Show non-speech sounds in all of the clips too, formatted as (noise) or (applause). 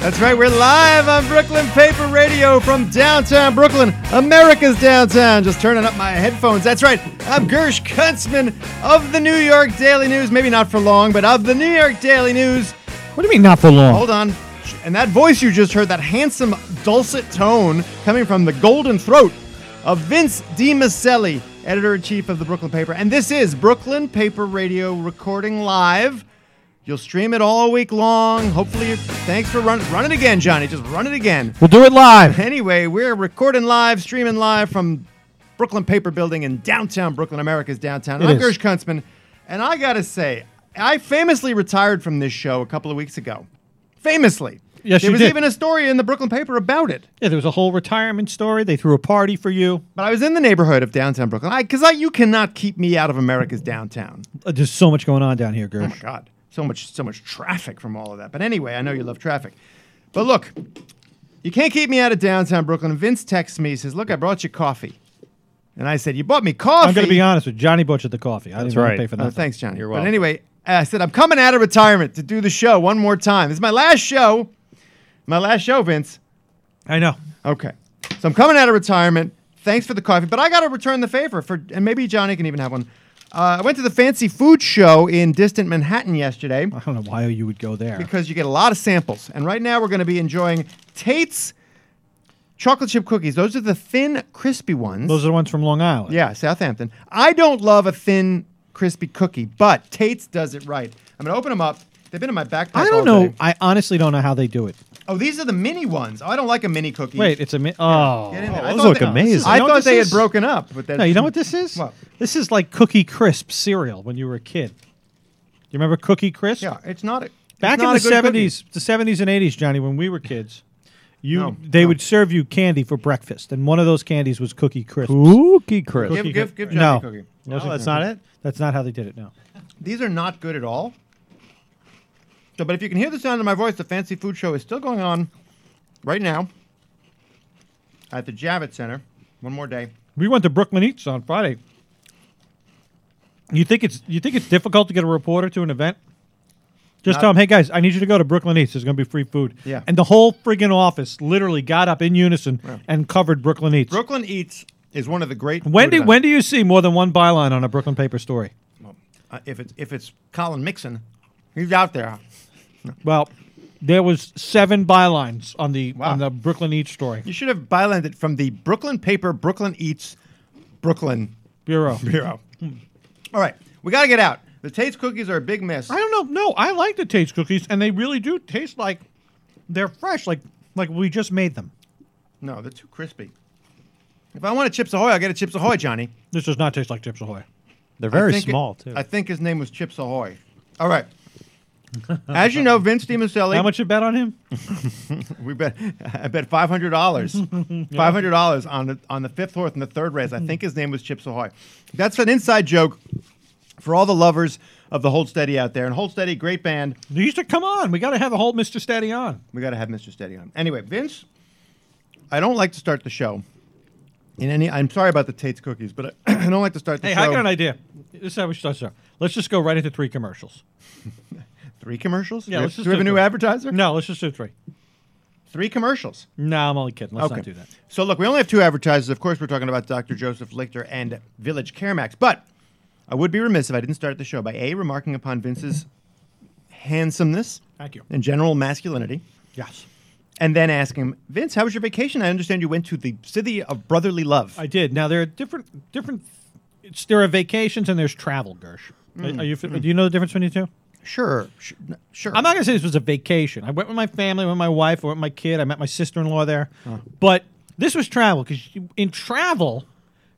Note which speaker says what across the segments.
Speaker 1: That's right, we're live on Brooklyn Paper Radio from downtown Brooklyn, America's downtown. Just turning up my headphones. That's right, I'm Gersh Kuntzman of the New York Daily News. Maybe not for long, but of the New York Daily News.
Speaker 2: What do you mean not for long?
Speaker 1: Hold on. And that voice you just heard, that handsome, dulcet tone coming from the golden throat of Vince DiMaselli, editor in chief of the Brooklyn Paper. And this is Brooklyn Paper Radio recording live. You'll stream it all week long. Hopefully, you thanks for running. Run it again, Johnny. Just run it again.
Speaker 2: We'll do it live.
Speaker 1: Anyway, we're recording live, streaming live from Brooklyn Paper Building in downtown Brooklyn, America's downtown.
Speaker 2: It
Speaker 1: I'm Gersh
Speaker 2: is.
Speaker 1: Kuntzman, and I gotta say, I famously retired from this show a couple of weeks ago. Famously.
Speaker 2: Yes,
Speaker 1: there
Speaker 2: you
Speaker 1: was
Speaker 2: did.
Speaker 1: even a story in the Brooklyn paper about it.
Speaker 2: (laughs) Yeah, there was a whole retirement story. They threw a party for you.
Speaker 1: But I was in the neighborhood of downtown Brooklyn. I because I, you cannot keep me out of America's downtown.
Speaker 2: Uh, There's so much going on down here,
Speaker 1: Oh my
Speaker 2: Gersh.
Speaker 1: God, so much, so much traffic from all of that. But anyway, I know you love traffic. But look, you can't keep me out of downtown Brooklyn. Vince texts me, he says, "Look, I brought you coffee," and I said, "You bought me coffee."
Speaker 2: I'm going to be honest with you. Johnny butchered the coffee. I didn't
Speaker 3: right.
Speaker 2: want to pay for
Speaker 1: Uh,
Speaker 2: that.
Speaker 1: thanks, Johnny.
Speaker 3: You're
Speaker 1: But
Speaker 3: welcome.
Speaker 1: anyway, I said I'm coming out of retirement to do the show one more time. This is my last show. My last show, Vince.
Speaker 2: I know.
Speaker 1: Okay. So I'm coming out of retirement. Thanks for the coffee, but I got to return the favor for, and maybe Johnny can even have one. Uh, I went to the fancy food show in distant Manhattan yesterday
Speaker 2: I don't know why you would go there.
Speaker 1: because you get a lot of samples. And right now we're going to be enjoying Tate's chocolate chip cookies. Those are the thin, crispy ones.
Speaker 2: Those are the ones from Long Island.
Speaker 1: Yeah, Southampton. I don't love a thin, crispy cookie, but Tate's does it right. I'm gonna open them up. They've been in my backpack.
Speaker 2: I
Speaker 1: all
Speaker 2: don't know.
Speaker 1: day.
Speaker 2: I honestly don't know how they do it.
Speaker 1: Oh, these are the mini ones. Oh, I don't like a mini cookie.
Speaker 2: Wait, it's a mi- oh.
Speaker 1: Get in there. I
Speaker 3: those
Speaker 1: thought
Speaker 3: look
Speaker 1: they-
Speaker 3: amazing.
Speaker 1: I
Speaker 2: You know
Speaker 1: thought
Speaker 2: what
Speaker 1: they had
Speaker 2: this is?
Speaker 1: broken up, but that's
Speaker 2: No, you know what this is?
Speaker 1: What?
Speaker 2: This is like Cookie Crisp cereal when you were a kid. You remember Cookie Crisp?
Speaker 1: Yeah, it's not. A, it's
Speaker 2: Back in
Speaker 1: not
Speaker 2: the
Speaker 1: a good cookie.
Speaker 2: seventies, the seventies and eighties, Johnny, when we were kids, you
Speaker 1: No,
Speaker 2: they
Speaker 1: no.
Speaker 2: would serve you candy for breakfast, and one of those candies was cookie crisp.
Speaker 3: Cookie crisp.
Speaker 1: Give- give- give Johnny
Speaker 2: no.
Speaker 1: a cookie.
Speaker 2: No,
Speaker 1: No,
Speaker 2: that's not it. That's not how they did it. No.
Speaker 1: These are not good at all. So, but if you can hear the sound of my voice, the fancy food show is still going on right now at the Javits Center. One more day.
Speaker 2: We went to Brooklyn Eats on Friday. You think it's you think it's difficult to get a reporter to an event? Just
Speaker 1: Not-
Speaker 2: tell them, hey guys, I need you to go to Brooklyn Eats. There's going to be free food.
Speaker 1: Yeah.
Speaker 2: And the whole friggin' office literally got up in unison and covered Brooklyn Eats.
Speaker 1: Brooklyn Eats is one of the great.
Speaker 2: when
Speaker 1: food
Speaker 2: do
Speaker 1: events.
Speaker 2: when do you see more than one byline on a Brooklyn paper story?
Speaker 1: Uh, if it's if it's Colin Mixon, he's out there.
Speaker 2: Well, there was seven bylines on the
Speaker 1: Wow.
Speaker 2: on the Brooklyn Eats story
Speaker 1: You should have bylined it from the Brooklyn paper, Brooklyn Eats, Brooklyn
Speaker 2: bureau.
Speaker 1: (laughs) Bureau. All right, we got to get out. The Tate's cookies are a big miss.
Speaker 2: I don't know. No, I like the taste cookies, and they really do taste like they're fresh, like like we just made them.
Speaker 1: No, they're too crispy. If I want a Chips Ahoy, I'll get a Chips Ahoy, Johnny.
Speaker 2: This does not taste like Chips Ahoy.
Speaker 3: They're
Speaker 1: I
Speaker 3: very
Speaker 1: think it-
Speaker 3: small too.
Speaker 1: I think his name was Chips Ahoy. All
Speaker 2: (laughs)
Speaker 1: right. As you know, Vince DiMaselli.
Speaker 2: How much you bet on him?
Speaker 1: We bet. (laughs) I bet five hundred
Speaker 2: (laughs)
Speaker 1: dollars. Five hundred dollars on the on the fifth horse and the third race. I think his name was Chips Ahoy. That's an inside joke for all the lovers of the Hold Steady out there. And Hold Steady, great band.
Speaker 2: They used to come on. We got to have a whole Mr. Steady on.
Speaker 1: We got to have Mr. Steady on. Anyway, Vince, I don't like to start the show. In any, I'm sorry about the Tate's cookies, but I, (clears throat) I don't like to start the
Speaker 2: Hey,
Speaker 1: show.
Speaker 2: I got an idea. This is how we start. Sir. Let's just go right into three commercials.
Speaker 1: Three commercials. Do
Speaker 2: Yeah,
Speaker 1: we-
Speaker 2: let's just
Speaker 1: do we have
Speaker 2: do
Speaker 1: a new
Speaker 2: three.
Speaker 1: advertiser?
Speaker 2: No, let's just do three.
Speaker 1: Three commercials.
Speaker 2: No, I'm only kidding. Let's not do that.
Speaker 1: So look, we only have two advertisers. Of course, we're talking about Dr. Joseph Lichter and Village Caremax. But I would be remiss if I didn't start the show by a remarking upon Vince's handsomeness
Speaker 2: Thank you.
Speaker 1: and general masculinity,
Speaker 2: Yes,
Speaker 1: and then asking him, Vince, how was your vacation? I understand you went to the city of brotherly love.
Speaker 2: I did. Now there are different different. It's, there are vacations and there's travel, Gersh. Are- Are you? fi- Do you know the difference between the two?
Speaker 1: sure, sh- n- sure.
Speaker 2: I'm not gonna say this was a vacation. I went with my family, with my wife, I went with my kid. I met my sister-in-law there, but this was travel because in travel,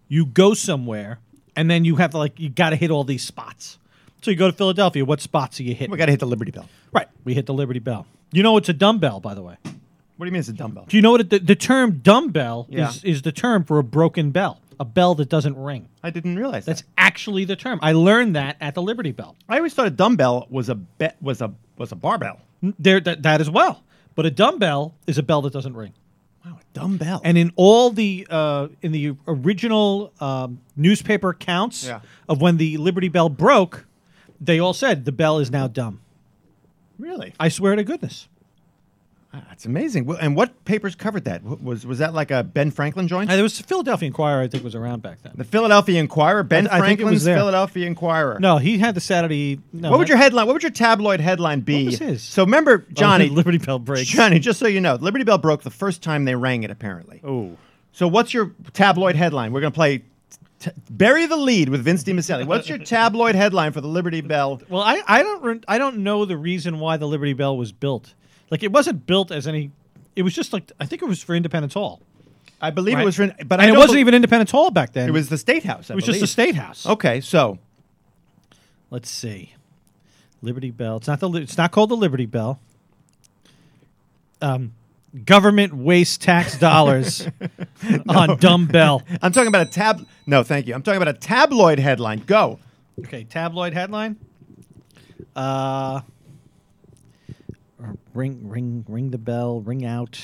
Speaker 2: you go somewhere and then you have to like you got to hit all these spots. So you go to Philadelphia. What spots are you hitting?
Speaker 1: we got to hit the Liberty Bell.
Speaker 2: Right, we hit the Liberty Bell. You know it's a dumbbell, by the way.
Speaker 1: What do you mean it's a dumbbell?
Speaker 2: Do you know what it, the, the term dumbbell
Speaker 1: Yeah.
Speaker 2: is? Is the term for a broken bell, a bell that doesn't ring.
Speaker 1: I didn't realize
Speaker 2: That's
Speaker 1: that.
Speaker 2: actually the term. I learned that at the Liberty Bell.
Speaker 1: I always thought a dumbbell was a be- was a was a barbell.
Speaker 2: There, that, that as well. But a dumbbell is a bell that doesn't ring.
Speaker 1: Wow, a dumbbell.
Speaker 2: and in all the uh, in the original um, newspaper accounts
Speaker 1: Yeah.
Speaker 2: of when the Liberty Bell broke, they all said the bell is now dumb.
Speaker 1: really,
Speaker 2: I swear to goodness.
Speaker 1: That's amazing. Well, And what papers covered that? Wh- Was was that like a Ben Franklin joint?
Speaker 2: Uh, there was Philadelphia Inquirer, I think, was around back then.
Speaker 1: the Philadelphia Inquirer, Ben
Speaker 2: I think it was
Speaker 1: Franklin's
Speaker 2: there.
Speaker 1: Philadelphia Inquirer.
Speaker 2: No, he had the Saturday. No,
Speaker 1: what would
Speaker 2: that- (laughs)
Speaker 1: your headline? What would your tabloid headline be?
Speaker 2: was his?
Speaker 1: So remember,
Speaker 2: Oh,
Speaker 1: Johnny. (laughs)
Speaker 2: Liberty Bell breaks.
Speaker 1: Johnny, just so you know, Liberty Bell broke the first time they rang it. Apparently.
Speaker 2: oh,
Speaker 1: So what's your tabloid headline? We're gonna play. T- bury the lead with Vince DiMaselli. What's your tabloid headline for the Liberty Bell?
Speaker 2: well, I, I don't re- I don't know the reason why the Liberty Bell was built. Like it wasn't built as any. It was just like I think it was for Independence Hall.
Speaker 1: I believe
Speaker 2: Right.
Speaker 1: it was, for, but I
Speaker 2: and it
Speaker 1: don't
Speaker 2: wasn't
Speaker 1: bel-
Speaker 2: even Independence Hall back then.
Speaker 1: It was the State House. I
Speaker 2: it was Oh. just
Speaker 1: believe.
Speaker 2: the state house.
Speaker 1: Okay, so
Speaker 2: Let's see. Liberty Bell. It's not the. Li- It's not called the Liberty Bell. Um, government wastes (laughs) tax dollars on dumbbell.
Speaker 1: I'm talking about a tab. No, thank you. I'm talking about a tabloid headline. Go.
Speaker 2: Okay, tabloid headline. Uh, or ring, ring, ring the bell, ring out.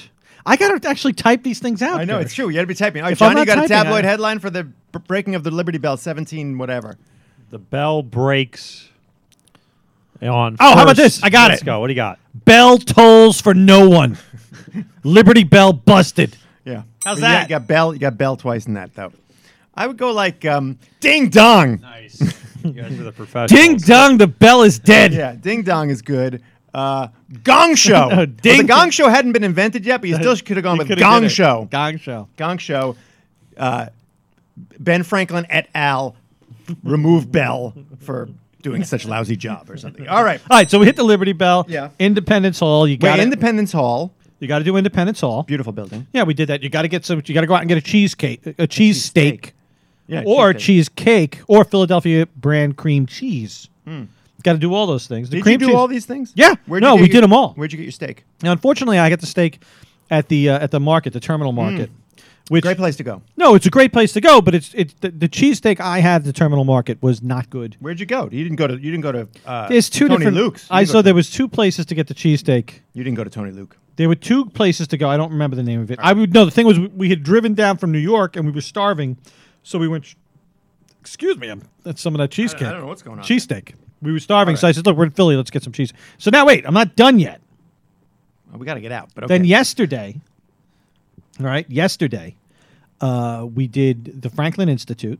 Speaker 2: I gotta actually type these things out.
Speaker 1: I know
Speaker 2: here.
Speaker 1: it's true. You got to be typing. Oh,
Speaker 2: If I'm
Speaker 1: Johnny
Speaker 2: not
Speaker 1: got a
Speaker 2: typing,
Speaker 1: tabloid
Speaker 2: I-
Speaker 1: headline for the b- breaking of the Liberty Bell, 17 whatever.
Speaker 3: The bell breaks on.
Speaker 2: Oh, how about
Speaker 3: first.
Speaker 2: this? I got
Speaker 3: Let's
Speaker 2: it.
Speaker 3: go. What do you got?
Speaker 2: Bell tolls for no
Speaker 3: (laughs)
Speaker 2: one. Liberty Bell busted.
Speaker 1: Yeah.
Speaker 2: How's
Speaker 1: But yeah,
Speaker 2: that?
Speaker 1: you got Bell. You got Bell twice in that though. I would go like um, ding dong.
Speaker 3: Nice. you guys are the professionals.
Speaker 2: Ding dong, the bell is dead.
Speaker 1: Yeah, Ding Dong is good. Uh,
Speaker 2: (laughs)
Speaker 1: Gong Show.
Speaker 2: No,
Speaker 1: But
Speaker 2: Oh, Ding-
Speaker 1: the Gong Show hadn't been invented yet, but you still could have gone
Speaker 2: You
Speaker 1: with
Speaker 2: coulda
Speaker 1: Gong
Speaker 2: did it.
Speaker 1: Show.
Speaker 2: Gong show.
Speaker 1: Gong Show. Uh, ben Franklin et al. Remove Bell for doing such a lousy job or something. All right.
Speaker 2: All right, so we hit the Liberty Bell.
Speaker 1: Yeah.
Speaker 2: Independence Hall. You got
Speaker 1: Wait,
Speaker 2: to
Speaker 1: Independence Hall.
Speaker 2: You got to do Independence Hall.
Speaker 1: Beautiful building.
Speaker 2: Yeah, we did that. You got to get some. You got to go out and get a cheesecake, a, cheese steak,
Speaker 1: Yeah,
Speaker 2: or
Speaker 1: cheesecake.
Speaker 2: cheesecake, or Philadelphia brand cream cheese. Got to do all those things. The
Speaker 1: Hmm. Did
Speaker 2: cream
Speaker 1: you do
Speaker 2: cheese-
Speaker 1: all these things?
Speaker 2: Yeah.
Speaker 1: you get
Speaker 2: No, we
Speaker 1: your-
Speaker 2: did 'em all.
Speaker 1: Where'd you get your steak?
Speaker 2: Now, unfortunately, I got the steak at the uh, at the market, the terminal market. Which
Speaker 1: Hmm. Great place to go.
Speaker 2: no, it's a great place to go, but it's it's the, the cheesesteak I had at the terminal market was not good.
Speaker 1: Where'd you go? You didn't go to. You didn't go to. Uh,
Speaker 2: There's two
Speaker 1: Tony
Speaker 2: different
Speaker 1: Luke's. You
Speaker 2: I
Speaker 1: didn't go
Speaker 2: saw
Speaker 1: to-
Speaker 2: there was two places to get the cheesesteak.
Speaker 1: You didn't go to Tony Luke.
Speaker 2: There were two places to go. I don't remember the name of it. I would no. The thing was, we- we had driven down from New York and we were starving, so we went. sh- Excuse me, I'm, that's some of that cheesecake.
Speaker 1: don't know what's going on.
Speaker 2: Cheesesteak. We were starving, so I said, "Look, we're in Philly. Let's get some cheese." So now, wait, I'm not done yet.
Speaker 1: Well, Oh, we got to get out. But okay.
Speaker 2: Then yesterday, all right, yesterday, uh, we did the Franklin Institute.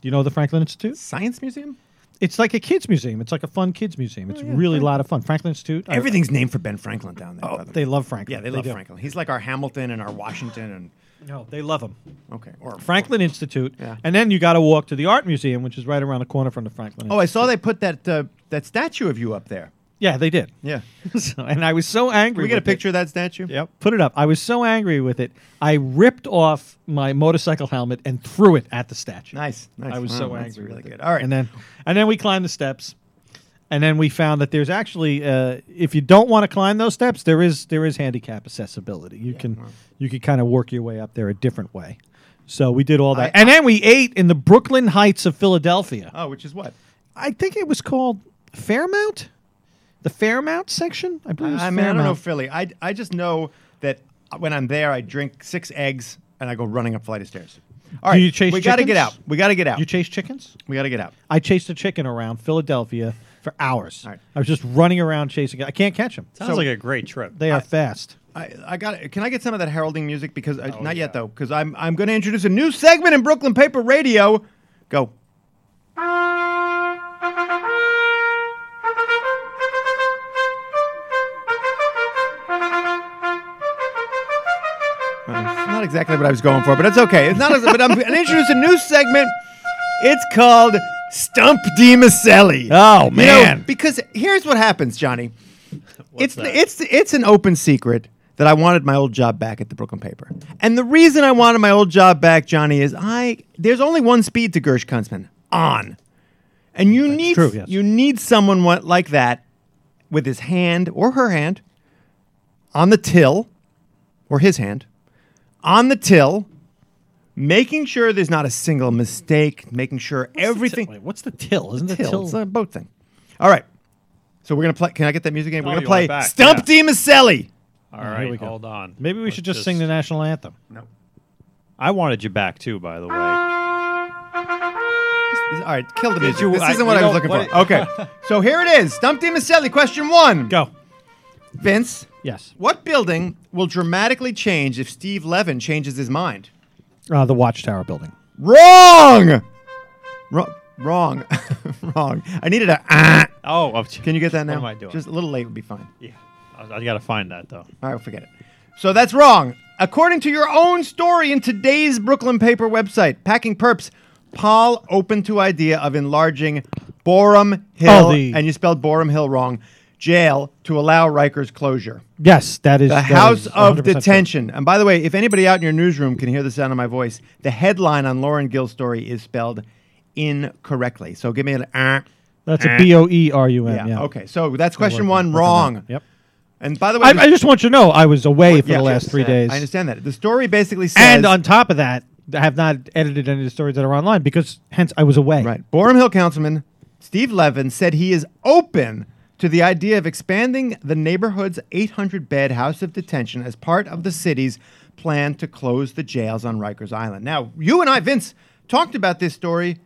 Speaker 2: Do you know the Franklin Institute?
Speaker 1: Science Museum.
Speaker 2: It's like a kids museum. It's like a fun kids museum. It's
Speaker 1: Oh, yeah,
Speaker 2: really a lot of fun. Franklin Institute. I-
Speaker 1: Everything's named for Ben Franklin down there. by the way.
Speaker 2: Oh. they love Franklin.
Speaker 1: Yeah, they love
Speaker 2: do.
Speaker 1: Franklin. He's like our Hamilton and our Washington and
Speaker 2: No, they love him.
Speaker 1: okay or
Speaker 2: Franklin Institute,
Speaker 1: Yeah.
Speaker 2: and then you got to walk to the art museum, which is right around the corner from the Franklin.
Speaker 1: Oh, I saw they put that uh, that statue of you up there.
Speaker 2: yeah, they did.
Speaker 1: Yeah,
Speaker 2: (laughs) So- and I was so angry.
Speaker 1: we get a
Speaker 2: with
Speaker 1: picture of that statue.
Speaker 2: It. Yep, put it up. I was so angry with it. I ripped off my motorcycle helmet and threw it at the statue.
Speaker 1: Nice, nice.
Speaker 2: I was
Speaker 1: Wow,
Speaker 2: so angry.
Speaker 1: That's really
Speaker 2: with it.
Speaker 1: good. All right,
Speaker 2: and then and then we climbed the steps, and then we found that there's actually uh, if you don't want to climb those steps, there is there is handicap accessibility. You can you can kind of work your way up there a different way. So we did all that,
Speaker 1: I-
Speaker 2: and then we ate in the Brooklyn Heights of Philadelphia.
Speaker 1: oh, which is what?
Speaker 2: I think it was called Fairmount, the Fairmount section. I believe. It was
Speaker 1: I mean, I don't know
Speaker 2: Fairmount.
Speaker 1: Philly. I I just know that when I'm there, I drink six eggs and I go running up a flight of stairs. All right,
Speaker 2: you chase
Speaker 1: we got to get
Speaker 2: chickens?
Speaker 1: out. We got to get out.
Speaker 2: You chase chickens?
Speaker 1: we got to get out.
Speaker 2: I chased a chicken around Philadelphia for hours.
Speaker 1: All right.
Speaker 2: I was just running around chasing it. I can't catch them.
Speaker 3: Sounds
Speaker 1: So-
Speaker 3: like a great trip.
Speaker 2: They are fast.
Speaker 1: I, I got it. Can I get some of that heralding music? Because I, not
Speaker 3: yeah.
Speaker 1: yet though, because I'm I'm going to introduce a new segment in Brooklyn Paper Radio. Go. It's not exactly what I was going for, but it's okay. It's not. As, but I'm going to introduce a new segment. It's called Stump DiMaselli.
Speaker 2: Oh,
Speaker 1: You know,
Speaker 2: man.
Speaker 1: because here's what happens, Johnny it's
Speaker 3: that?
Speaker 1: it's it's an open secret that I wanted my old job back at the Brooklyn paper. And the reason I wanted my old job back, Johnny, is I there's only one speed to Gersh Kunzman on, and you need
Speaker 2: true, yes.
Speaker 1: you need someone wa- like that with his hand or her hand on the till or his hand on the till. Making sure there's not a single mistake, making sure everything
Speaker 2: Wait, what's the till? Isn't the
Speaker 1: till.
Speaker 2: till?
Speaker 1: It's a boat thing. All right. So we're gonna play. Can I get that music again? We're
Speaker 3: Oh,
Speaker 1: gonna
Speaker 3: you want
Speaker 1: play
Speaker 3: it back,
Speaker 1: Stump DiMaselli.
Speaker 3: All
Speaker 2: here
Speaker 3: right,
Speaker 2: we go.
Speaker 3: hold on.
Speaker 2: Maybe we
Speaker 3: Let's
Speaker 2: should just, sing the national anthem.
Speaker 1: No.
Speaker 3: I wanted you back too, by the way.
Speaker 1: All right. Kill the music.
Speaker 3: you-
Speaker 1: this
Speaker 3: I-
Speaker 1: isn't what
Speaker 3: you
Speaker 1: I was
Speaker 3: (laughs) don't-
Speaker 1: looking for.
Speaker 3: what
Speaker 1: okay. So here it is. Stump DiMaselli. Question one.
Speaker 2: Go.
Speaker 1: Vince,
Speaker 3: Yes.
Speaker 1: what building will dramatically change if Steve Levin changes his mind?
Speaker 2: Uh, the Watchtower building.
Speaker 1: Wrong. Wrong. Wrong. (laughs) Wrong. I needed a. Ah.
Speaker 3: Oh, I've-
Speaker 1: Can you get that now?
Speaker 3: am I doing?
Speaker 1: Just a little late would be fine.
Speaker 3: yeah. I, I got to find that though.
Speaker 1: All right, forget it. So that's wrong. According to your own story in today's Brooklyn paper website, Packing Perps, Paul opened to idea of enlarging Borum Hill,
Speaker 2: Oh, the-
Speaker 1: and you spelled Borum Hill wrong, jail to allow Rikers closure.
Speaker 2: Yes, that is
Speaker 1: The
Speaker 2: that
Speaker 1: House
Speaker 2: is
Speaker 1: of
Speaker 2: 100% true.
Speaker 1: Detention. And by the way, if anybody out in your newsroom can hear the sound of my voice, the headline on Lauren Gill's story is spelled incorrectly. So give me an. Uh,
Speaker 2: That's a B O E R U M.
Speaker 1: yeah.
Speaker 2: Yeah.
Speaker 1: Okay. So that's question one
Speaker 2: Working- working
Speaker 1: wrong.
Speaker 2: on it. Yep.
Speaker 1: And by the way,
Speaker 2: I,
Speaker 1: the-
Speaker 2: I just want you to know I was away for
Speaker 1: Yeah,
Speaker 2: the last
Speaker 1: yes,
Speaker 2: three
Speaker 1: uh,
Speaker 2: days.
Speaker 1: I understand that. The story basically says
Speaker 2: And on top of that, I have not edited any of the stories that are online because hence I was away.
Speaker 1: Right. Borum Hill Councilman Steve Levin said he is open to the idea of expanding the neighborhood's 800 bed house of detention as part of the city's plan to close the jails on Rikers Island. Now, you and I, Vince, talked about this story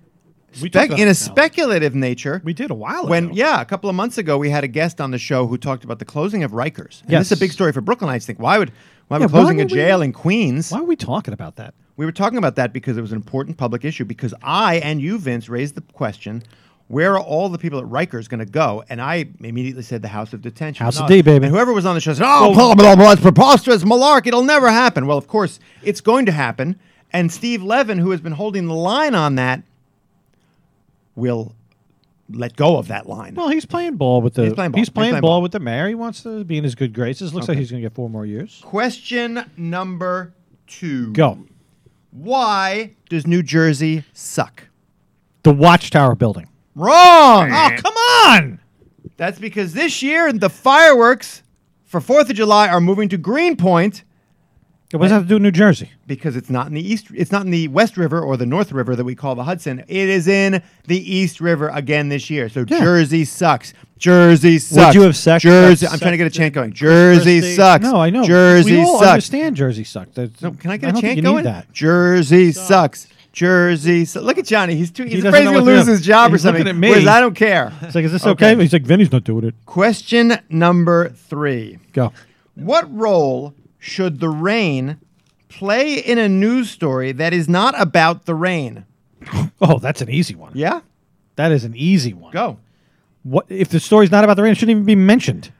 Speaker 2: We
Speaker 1: spec-
Speaker 2: talked
Speaker 1: in
Speaker 2: about it
Speaker 1: a
Speaker 2: now.
Speaker 1: speculative nature.
Speaker 2: We did a while ago.
Speaker 1: When, yeah, a couple of months ago, we had a guest on the show who talked about the closing of Rikers. And this is a
Speaker 2: Yes.
Speaker 1: big story for Brooklynites. Think, why would, why would
Speaker 2: Yeah, why
Speaker 1: closing a
Speaker 2: would we-
Speaker 1: jail in Queens?
Speaker 2: Why are we talking about that?
Speaker 1: We were talking about that because it was an important public issue. Because I and you, Vince, raised the question: Where are all the people at Rikers going to go? And I immediately said the House of Detention.
Speaker 2: House of
Speaker 1: No,
Speaker 2: D, baby.
Speaker 1: And whoever was on the show said, "Oh, blah, blah, blah, it's preposterous, malarkey. It'll never happen." Well, of course, it's going to happen. And Steve Levin, who has been holding the line on that, will let go of that line.
Speaker 2: Well, he's playing ball with the
Speaker 1: He's playing ball. He's playing
Speaker 2: ball
Speaker 1: ball.
Speaker 2: with the mayor. He wants to be in his good graces. Looks like he's going to get four more years.
Speaker 1: question number two:
Speaker 2: Go.
Speaker 1: Why does New Jersey suck?
Speaker 2: The Watchtower building.
Speaker 1: Wrong.
Speaker 2: Oh, come on.
Speaker 1: That's because this year the fireworks for Fourth of July are moving to Greenpoint
Speaker 2: What does that have to do with New Jersey?
Speaker 1: because it's not in the east. It's not in the West River or the North River that we call the Hudson. It is in the East River again this year. So Jersey sucks. Jersey sucks.
Speaker 3: you have sex-
Speaker 1: Jersey?
Speaker 3: have
Speaker 1: I'm trying to get a
Speaker 3: sex
Speaker 1: chant going. Jersey
Speaker 3: Christie?
Speaker 1: sucks.
Speaker 2: No, I know.
Speaker 1: Jersey
Speaker 2: we all
Speaker 1: sucks.
Speaker 2: understand Jersey sucks. That's-
Speaker 1: No, can I get
Speaker 2: don't
Speaker 1: a
Speaker 2: think
Speaker 1: chant
Speaker 2: you
Speaker 1: going?
Speaker 2: Need that.
Speaker 1: Jersey sucks. Jersey. Su- Look at Johnny. He's too. He's
Speaker 2: doesn't
Speaker 1: afraid he's
Speaker 2: know
Speaker 1: gonna
Speaker 2: what's
Speaker 1: lose
Speaker 2: up.
Speaker 1: his job
Speaker 2: He's
Speaker 1: or something.
Speaker 2: looking at me.
Speaker 1: Whereas I don't
Speaker 2: (laughs)
Speaker 1: care.
Speaker 2: It's like, is this okay?
Speaker 1: Okay.
Speaker 2: He's like, Vinny's not doing it.
Speaker 1: Question number three.
Speaker 2: Go.
Speaker 1: What role should the rain play in a news story that is not about the rain?
Speaker 2: Oh, that's an easy one.
Speaker 1: Yeah,
Speaker 2: That is an easy one.
Speaker 1: go.
Speaker 2: What if the story's not about the rain? It shouldn't even be mentioned.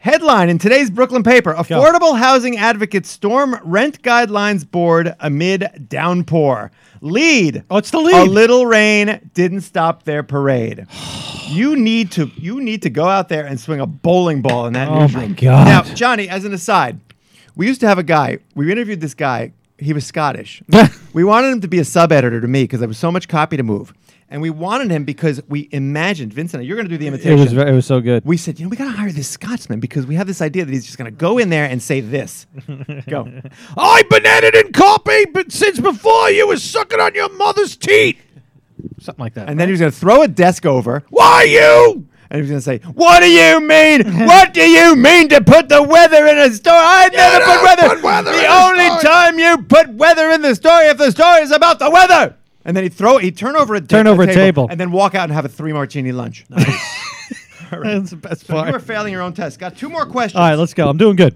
Speaker 1: Headline in today's Brooklyn paper Affordable housing advocates storm rent guidelines board amid downpour. Lead.
Speaker 2: Oh, it's the (laughs)
Speaker 1: A
Speaker 2: lead.
Speaker 1: little rain didn't stop their parade. You need to you need to go out there and swing a bowling ball in that
Speaker 2: Oh,
Speaker 1: newsroom.
Speaker 2: my God.
Speaker 1: Now, Johnny, as an aside, we used to have a guy. We interviewed this guy. He was
Speaker 2: (laughs)
Speaker 1: Scottish. we wanted him to be a sub editor to me because there was so much copy to move, and we wanted him because we imagined Vincent. You're going to do the
Speaker 2: it
Speaker 1: imitation.
Speaker 2: was ve- it was so good.
Speaker 1: we said, you know, we got to hire this Scotsman because we have this idea that he's just going to go in there and say
Speaker 2: (laughs)
Speaker 1: this. go.
Speaker 2: I've been editing copy, but since before you was sucking on your mother's teeth, something like that.
Speaker 1: And then he was going to throw a desk over.
Speaker 2: why you?
Speaker 1: And he was going to say, What do you
Speaker 2: (laughs)
Speaker 1: mean? what do you mean to put the weather in a story? I never put
Speaker 2: don't
Speaker 1: weather.
Speaker 2: put weather
Speaker 1: the
Speaker 2: in a
Speaker 1: only
Speaker 2: story."
Speaker 1: time you put weather in the story if the story is about the weather. And then he'd throw, he'd turn over a,
Speaker 2: Turn over a table.
Speaker 1: and then walk out and have a three martini
Speaker 2: (laughs)
Speaker 1: lunch.
Speaker 2: That's the best
Speaker 1: So
Speaker 2: part.
Speaker 1: you are failing your own test. Got two more questions.
Speaker 2: All right, let's go. I'm doing good.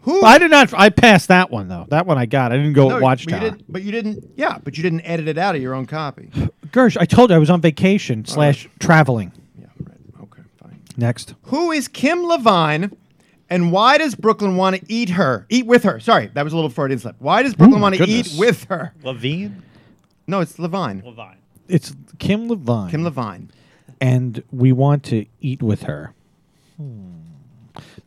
Speaker 1: Who?
Speaker 2: I did not. I passed that one though. That one I got. I didn't
Speaker 1: No,
Speaker 2: go at
Speaker 1: But you,
Speaker 2: Watchtower.
Speaker 1: didn't, but you didn't. Yeah, but you didn't edit it out of your own
Speaker 2: (sighs)
Speaker 1: copy.
Speaker 2: Gersh, I told you I was on vacation slash traveling.
Speaker 1: yeah. Right. Okay. Fine.
Speaker 2: Next.
Speaker 1: Who is Kim Levine, and why does Brooklyn want to eat her? Eat with her. Sorry, that was a little Freudian slip. Why does Brooklyn
Speaker 2: my
Speaker 1: want to eat
Speaker 2: goodness.
Speaker 1: with her?
Speaker 3: Levine.
Speaker 1: No, it's Levine.
Speaker 3: Levine.
Speaker 2: It's Kim Levine.
Speaker 1: Kim Levine.
Speaker 2: and we want to eat with her. Hmm.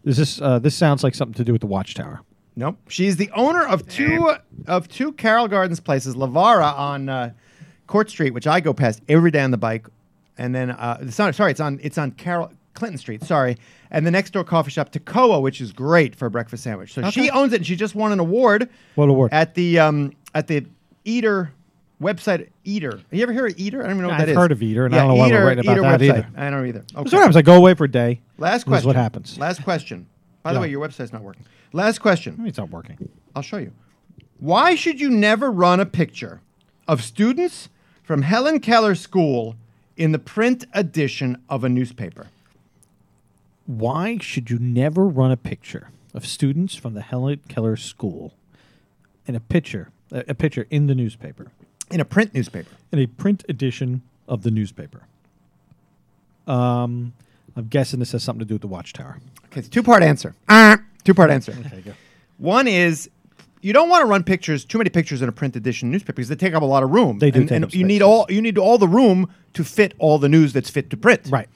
Speaker 2: Is this uh, this sounds like something to do with the Watchtower?
Speaker 1: Nope. She's the owner of two of two Carroll Gardens places, Lavara on uh, Court Street, which I go past every day on the bike, and then uh, it's not, sorry, it's on it's on Carroll Clinton Street. Sorry, and the next door coffee shop, Tacoa, which is great for a breakfast sandwich. So she owns it, and she just won an award.
Speaker 2: What award?
Speaker 1: At the um, at the Eater website, Eater. You ever hear of Eater? I don't even know what
Speaker 2: I've
Speaker 1: that is.
Speaker 2: heard of Eater, and I don't know why we're writing about that
Speaker 1: website.
Speaker 2: either.
Speaker 1: I don't either. Okay.
Speaker 2: So what happens? I go away for a day.
Speaker 1: Last
Speaker 2: This
Speaker 1: question.
Speaker 2: is what happens.
Speaker 1: Last question. By the
Speaker 2: Yeah.
Speaker 1: way, your website's not working. Last question.
Speaker 2: It's not working.
Speaker 1: I'll show you. Why should you never run a picture of students from Helen Keller School in the print edition of a newspaper?
Speaker 2: Why should you never run a picture of students from the Helen Keller School in a picture, a a picture in the newspaper,
Speaker 1: in a print newspaper.
Speaker 2: in a print edition of the newspaper? Um, I'm guessing this has something to do with the Watchtower.
Speaker 1: Okay, it's a two part answer. Ah, two part answer.
Speaker 2: There you go.
Speaker 1: One is you don't want to run pictures, too many pictures in a print edition newspaper because they take up a lot of room.
Speaker 2: They do
Speaker 1: and,
Speaker 2: take
Speaker 1: and
Speaker 2: up
Speaker 1: you
Speaker 2: space,
Speaker 1: need
Speaker 2: yes.
Speaker 1: all you need all the room to fit all the news that's fit to print.
Speaker 2: Right.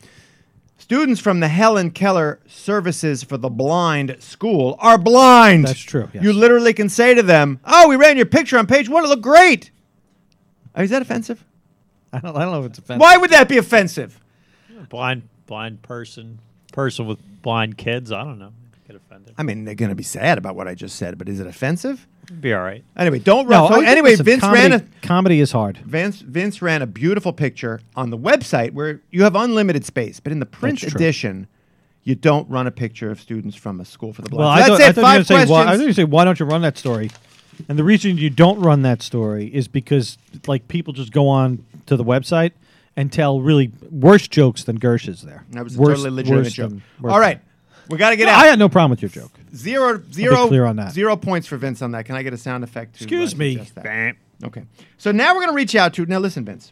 Speaker 1: Students from the Helen Keller Services for the Blind School are blind.
Speaker 2: That's true, yes.
Speaker 1: You literally can say to them, "Oh, we ran your picture on page one. It looked great." Uh, Is that offensive?
Speaker 2: I don't, I don't know if it's offensive.
Speaker 1: Why would that be offensive?
Speaker 3: Blind, blind person, person with blind kids. I don't know. Get offended.
Speaker 1: I mean, they're going to be sad about what I just said, but is it offensive?
Speaker 3: Be all right.
Speaker 1: Anyway, don't
Speaker 2: No,
Speaker 1: run. so
Speaker 2: I-
Speaker 1: anyway,
Speaker 2: listen,
Speaker 1: Vince
Speaker 2: comedy,
Speaker 1: ran a
Speaker 2: comedy is hard.
Speaker 1: Vince Vince ran a beautiful picture on the website where you have unlimited space, but in the print
Speaker 2: That's true.
Speaker 1: edition, you don't run a picture of students from a school for the blind.
Speaker 2: Well,
Speaker 1: So
Speaker 2: I thought,
Speaker 1: that's
Speaker 2: I
Speaker 1: it.
Speaker 2: thought
Speaker 1: Five
Speaker 2: you were gonna
Speaker 1: questions.
Speaker 2: say, why, I was going to say, why don't you run that story? And the reason you don't run that story is because like people just go on to the website and tell really worse jokes than Gersh is there.
Speaker 1: That was a
Speaker 2: Worse-
Speaker 1: totally legitimate
Speaker 2: worse
Speaker 1: joke.
Speaker 2: than- worse
Speaker 1: All right, we got to get
Speaker 2: than- I
Speaker 1: out.
Speaker 2: had no problem with your joke.
Speaker 1: Zero, zero,
Speaker 2: clear on that.
Speaker 1: zero points for Vince on that. Can I get a sound effect? To, uh,
Speaker 2: Excuse me.
Speaker 1: suggest that? Okay. So now we're going to reach out to. Now listen, Vince.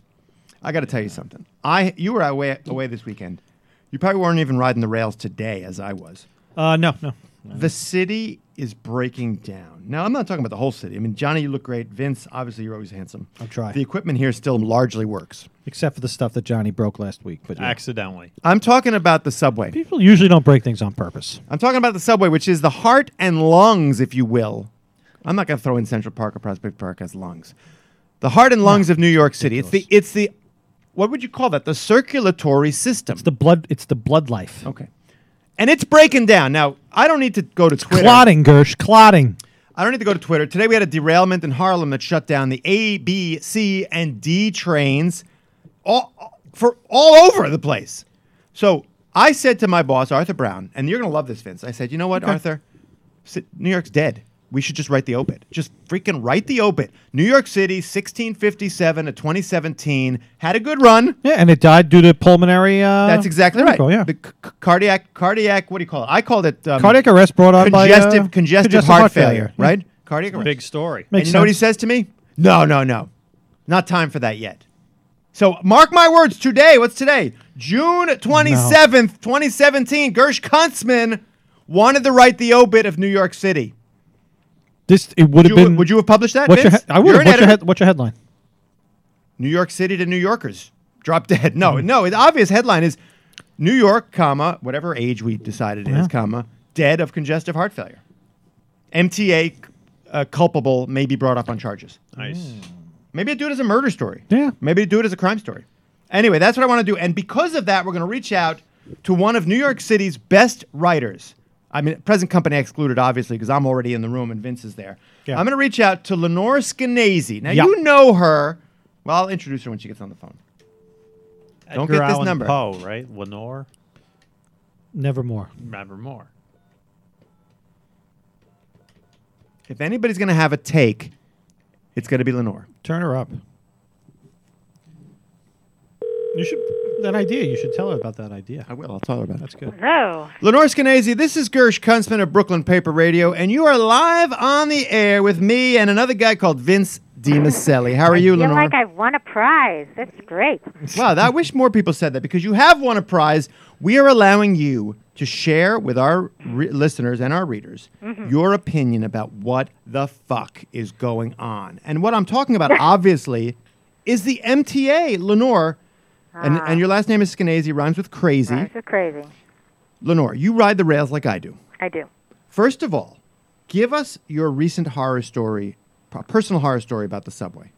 Speaker 1: I got to tell you something. I you were away away this weekend. You probably weren't even riding the rails today, as I was.
Speaker 2: Uh, no, no.
Speaker 1: The city is breaking down. Now, I'm not talking about the whole city. I mean, Johnny, you look great. Vince, obviously, you're always handsome.
Speaker 2: I'll try.
Speaker 1: The equipment here still largely works.
Speaker 2: Except for the stuff that Johnny broke last week. But yeah.
Speaker 3: Accidentally.
Speaker 1: I'm talking about the subway.
Speaker 2: people usually don't break things on purpose.
Speaker 1: I'm talking about the subway, which is the heart and lungs, if you will. I'm not going to throw in Central Park or Prospect Park as lungs. The heart and lungs of New York City. It's the, it's the, what would you call that? The circulatory system.
Speaker 2: It's the blood. It's the blood life.
Speaker 1: okay. And it's breaking down. Now, I don't need to go to Twitter.
Speaker 2: Clotting, Gersh. Clotting.
Speaker 1: I don't need to go to Twitter. Today we had a derailment in Harlem that shut down the A, B, C, and D trains all for all over the place. So I said to my boss, Arthur Brown, and you're gonna love this, Vince. I said, you know what, Arthur? Si- New York's dead. We should just write the obit. Just freaking write the obit. New York City, 1657 to 2017, had a good run.
Speaker 2: Yeah, and it died due to pulmonary. Uh,
Speaker 1: That's exactly right.
Speaker 2: vertigo, Yeah.
Speaker 1: The c- c- cardiac, cardiac. What do you call it? I called it um,
Speaker 2: cardiac arrest brought on
Speaker 1: congestive,
Speaker 2: by uh,
Speaker 1: congestive, heart, failure.
Speaker 2: Yeah.
Speaker 1: Right? Cardiac arrest.
Speaker 3: Big
Speaker 1: and
Speaker 2: Make-
Speaker 3: story.
Speaker 2: Mm-hmm. Makes
Speaker 1: you know what he
Speaker 2: sense.
Speaker 1: says to me? No, no, no. Not time for that yet. So mark my words today. What's today? June 27th, 2017. Gersh Kuntzman wanted to write the obit of New York City.
Speaker 2: Mm-hmm. This it would
Speaker 1: Would you,
Speaker 2: have been.
Speaker 1: would you have published that?
Speaker 2: What's your?
Speaker 1: Vince?
Speaker 2: he- I would.
Speaker 1: You're an
Speaker 2: have. What's your,
Speaker 1: editor.
Speaker 2: head, what's your headline?
Speaker 1: New York City to New Yorkers. Drop dead. No, no. The obvious headline is New York, comma, whatever age we decided it is,
Speaker 2: Yeah.
Speaker 1: comma, dead of congestive heart failure. MTA uh, culpable may be brought up on charges.
Speaker 3: Nice.
Speaker 1: Maybe I'd do it as a murder story.
Speaker 2: Yeah.
Speaker 1: Maybe I'd do it as a crime story. Anyway, that's what I want to do. And because of that, we're going to reach out to one of New York City's best writers. I mean, present company excluded, obviously, because I'm already in the room and Vince is there.
Speaker 2: Yeah.
Speaker 1: I'm going to reach out to Lenore Skenazy. Now,
Speaker 2: Yeah.
Speaker 1: you know her. Well, I'll introduce her when she gets on the phone. Don't
Speaker 3: Edgar
Speaker 1: get this
Speaker 3: Allan
Speaker 1: number.
Speaker 3: Poe, right? Lenore.
Speaker 2: Nevermore.
Speaker 3: Remember more.
Speaker 1: If anybody's going to have a take, it's going to be Lenore.
Speaker 2: Turn her up. You should that idea. You should tell her about that idea.
Speaker 1: I will. I'll tell her about it.
Speaker 2: That's good.
Speaker 4: Hello.
Speaker 1: Lenore Skenazy, this is Gersh Kunstman of Brooklyn Paper Radio, and you are live on the air with me and another guy called Vince DiMaselli. How are you,
Speaker 4: Feel
Speaker 1: Lenore?
Speaker 4: like I won a prize. That's great.
Speaker 1: Wow, that- I wish more people said that because you have won a prize. We are allowing you to share with our re- listeners and our readers your opinion about what the fuck is going on. And what I'm talking about, obviously, is the MTA, Lenore. And, and your last name is Skenazy, rhymes with crazy.
Speaker 4: This is crazy.
Speaker 1: Lenore, you ride the rails like I do.
Speaker 4: I do.
Speaker 1: First of all, give us your recent horror story, p- personal horror story about the subway.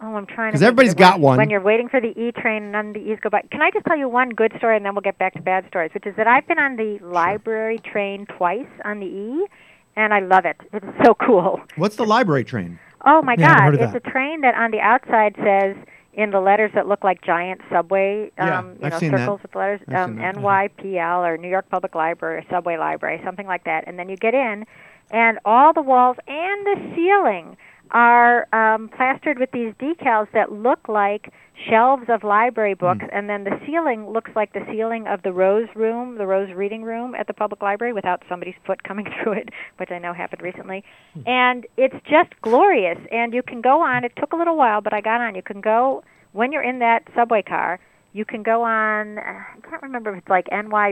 Speaker 4: Oh, I'm trying to.
Speaker 1: 'Cause
Speaker 4: think of
Speaker 1: everybody's
Speaker 4: the one-
Speaker 1: got one.
Speaker 4: When you're waiting for the E train and none of the E's go by. Can I just tell you one good story and then we'll get back to bad stories, which is that I've been on the library train twice on the E, and I love it. It's so cool.
Speaker 1: What's the library train?
Speaker 4: Oh my
Speaker 2: Yeah, I haven't
Speaker 4: God!
Speaker 2: heard of
Speaker 4: It's
Speaker 2: that.
Speaker 4: a train that on the outside says in the letters that look like giant subway, um,
Speaker 1: Yeah,
Speaker 4: you
Speaker 1: I've
Speaker 4: know,
Speaker 1: seen that.
Speaker 4: circles with letters,
Speaker 1: I've
Speaker 4: um,
Speaker 1: seen that, yeah.
Speaker 4: NYPL or New York Public Library or Subway Library, something like that. And then you get in, and all the walls and the ceiling are um, plastered with these decals that look like shelves of library
Speaker 1: Hmm.
Speaker 4: books, and then the ceiling looks like the ceiling of the Rose Room, the Rose Reading Room at the public library without somebody's foot (laughs) coming through it, which I know happened recently.
Speaker 1: Hmm.
Speaker 4: And it's just glorious. And you can go on, it took a little while, but I got on. You can go, when you're in that subway car, you can go on, uh, I can't remember if it's like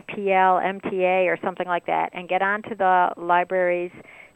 Speaker 4: NYPL, MTA, or something like that, and get onto the library's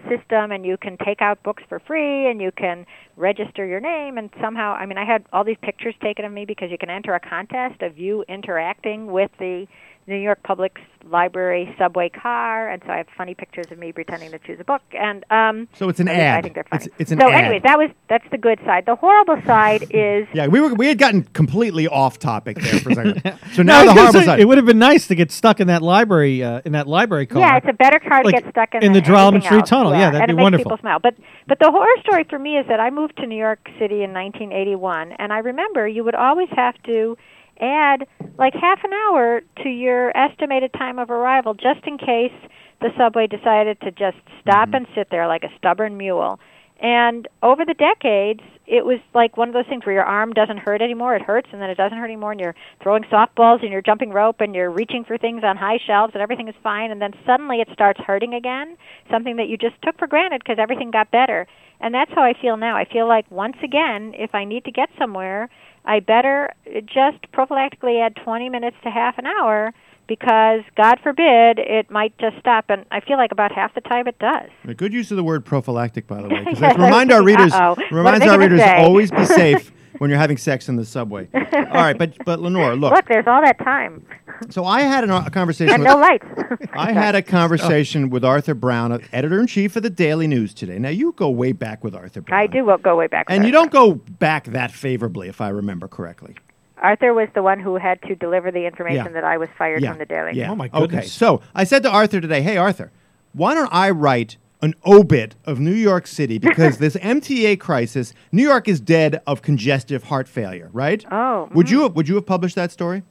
Speaker 4: system and you can take out books for free and you can register your name and somehow I mean I had all these pictures taken of me because you can enter a contest of you interacting with the New York Public Library subway car and so I have funny pictures of me pretending to choose a book and um
Speaker 1: So it's an
Speaker 4: I think- I
Speaker 1: ad.
Speaker 4: think they're funny.
Speaker 1: It's- it's an
Speaker 4: so
Speaker 1: ad.
Speaker 4: anyway, that was that's the good side. The horrible side is
Speaker 1: (laughs) Yeah, we were we had gotten completely off topic there for a
Speaker 2: (laughs)
Speaker 1: second. So
Speaker 2: I
Speaker 1: now
Speaker 2: was
Speaker 1: the
Speaker 2: gonna
Speaker 1: horrible
Speaker 2: say,
Speaker 1: side.
Speaker 2: It would have been nice to get stuck in that library uh, in that library car.
Speaker 4: Yeah, it's a better car to
Speaker 2: Like,
Speaker 4: get stuck in
Speaker 2: in the
Speaker 4: than
Speaker 2: Drum and
Speaker 4: anything
Speaker 2: Street
Speaker 4: else.
Speaker 2: Tunnel. Yeah, that'd
Speaker 4: and
Speaker 2: be
Speaker 4: it makes
Speaker 2: wonderful.
Speaker 4: People smile. But but the horror story for me is that I moved to New York City in 1981, and I remember you would always have to add like half an hour to your estimated time of arrival, just in case the subway decided to just stop
Speaker 2: Mm-hmm.
Speaker 4: and sit there like a stubborn mule. And over the decades, it was like one of those things where your arm doesn't hurt anymore. It hurts, and then it doesn't hurt anymore. And you're throwing softballs, and you're jumping rope, and you're reaching for things on high shelves, and everything is fine. And then suddenly it starts hurting again, something that you just took for granted because everything got better. And that's how I feel now. I feel like once again, if I need to get somewhere, I better uh, just prophylactically add 20 minutes to half an hour because, God forbid, it might just stop. And I feel like about half the time it does.
Speaker 1: A good use of the word prophylactic, by the way,
Speaker 4: (laughs)
Speaker 1: because
Speaker 4: Yes, I was
Speaker 1: remind our
Speaker 4: thinking,
Speaker 1: readers
Speaker 4: uh-oh, what are
Speaker 1: reminds
Speaker 4: they
Speaker 1: our
Speaker 4: gonna
Speaker 1: readers
Speaker 4: say?
Speaker 1: always be safe
Speaker 4: (laughs)
Speaker 1: when you're having sex in the subway. All right, but but Lenore, look.
Speaker 4: Look, there's all that time
Speaker 1: So I had an, uh, a conversation. (laughs)
Speaker 4: and
Speaker 1: with,
Speaker 4: no lights.
Speaker 1: I
Speaker 4: (laughs)
Speaker 1: had a conversation with Arthur Brown, editor in chief of the Daily News today. Now you go way back with Arthur Brown.
Speaker 4: I do wo- go way back. with
Speaker 1: And you
Speaker 4: Arthur.
Speaker 1: don't go back that favorably, if I remember correctly.
Speaker 4: Arthur was the one who had to deliver the information
Speaker 1: Yeah.
Speaker 4: that I was fired
Speaker 1: yeah.
Speaker 4: from the Daily.
Speaker 1: Yeah.
Speaker 2: Oh, my
Speaker 1: Okay.
Speaker 2: goodness.
Speaker 1: So I said to Arthur today, "Hey Arthur, why don't I write an obit of New York City because this MTA crisis, New York is dead of congestive heart failure, right?
Speaker 4: Oh,
Speaker 1: Would you have, would you have published that story?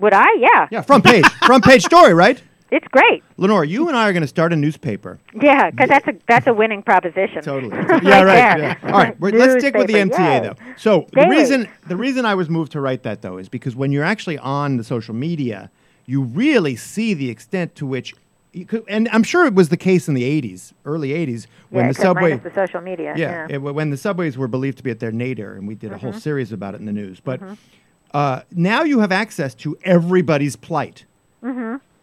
Speaker 4: Would I? Yeah.
Speaker 1: Yeah, front page, front page story, right?
Speaker 4: It's great.
Speaker 1: Lenore, you and I are going to start a newspaper.
Speaker 4: Yeah, because that's a that's a winning proposition. (laughs)
Speaker 1: Totally. Yeah, right. yeah. All right, we're- let's stick with the
Speaker 4: Newspaper,
Speaker 1: MTA
Speaker 4: yes.
Speaker 1: though. So the
Speaker 4: Daily.
Speaker 1: reason the reason I was moved to write that though is because when you're actually on the social media, you really see the extent to which, you could, and I'm sure it was the case in the '80s, early '80s, when
Speaker 4: yeah,
Speaker 1: the
Speaker 4: 'cause
Speaker 1: subway.
Speaker 4: minus the social media.
Speaker 1: Yeah, it- when the subways were believed to be at their nadir, and we did a whole series about it in the news. But uh, now you have access to everybody's plight.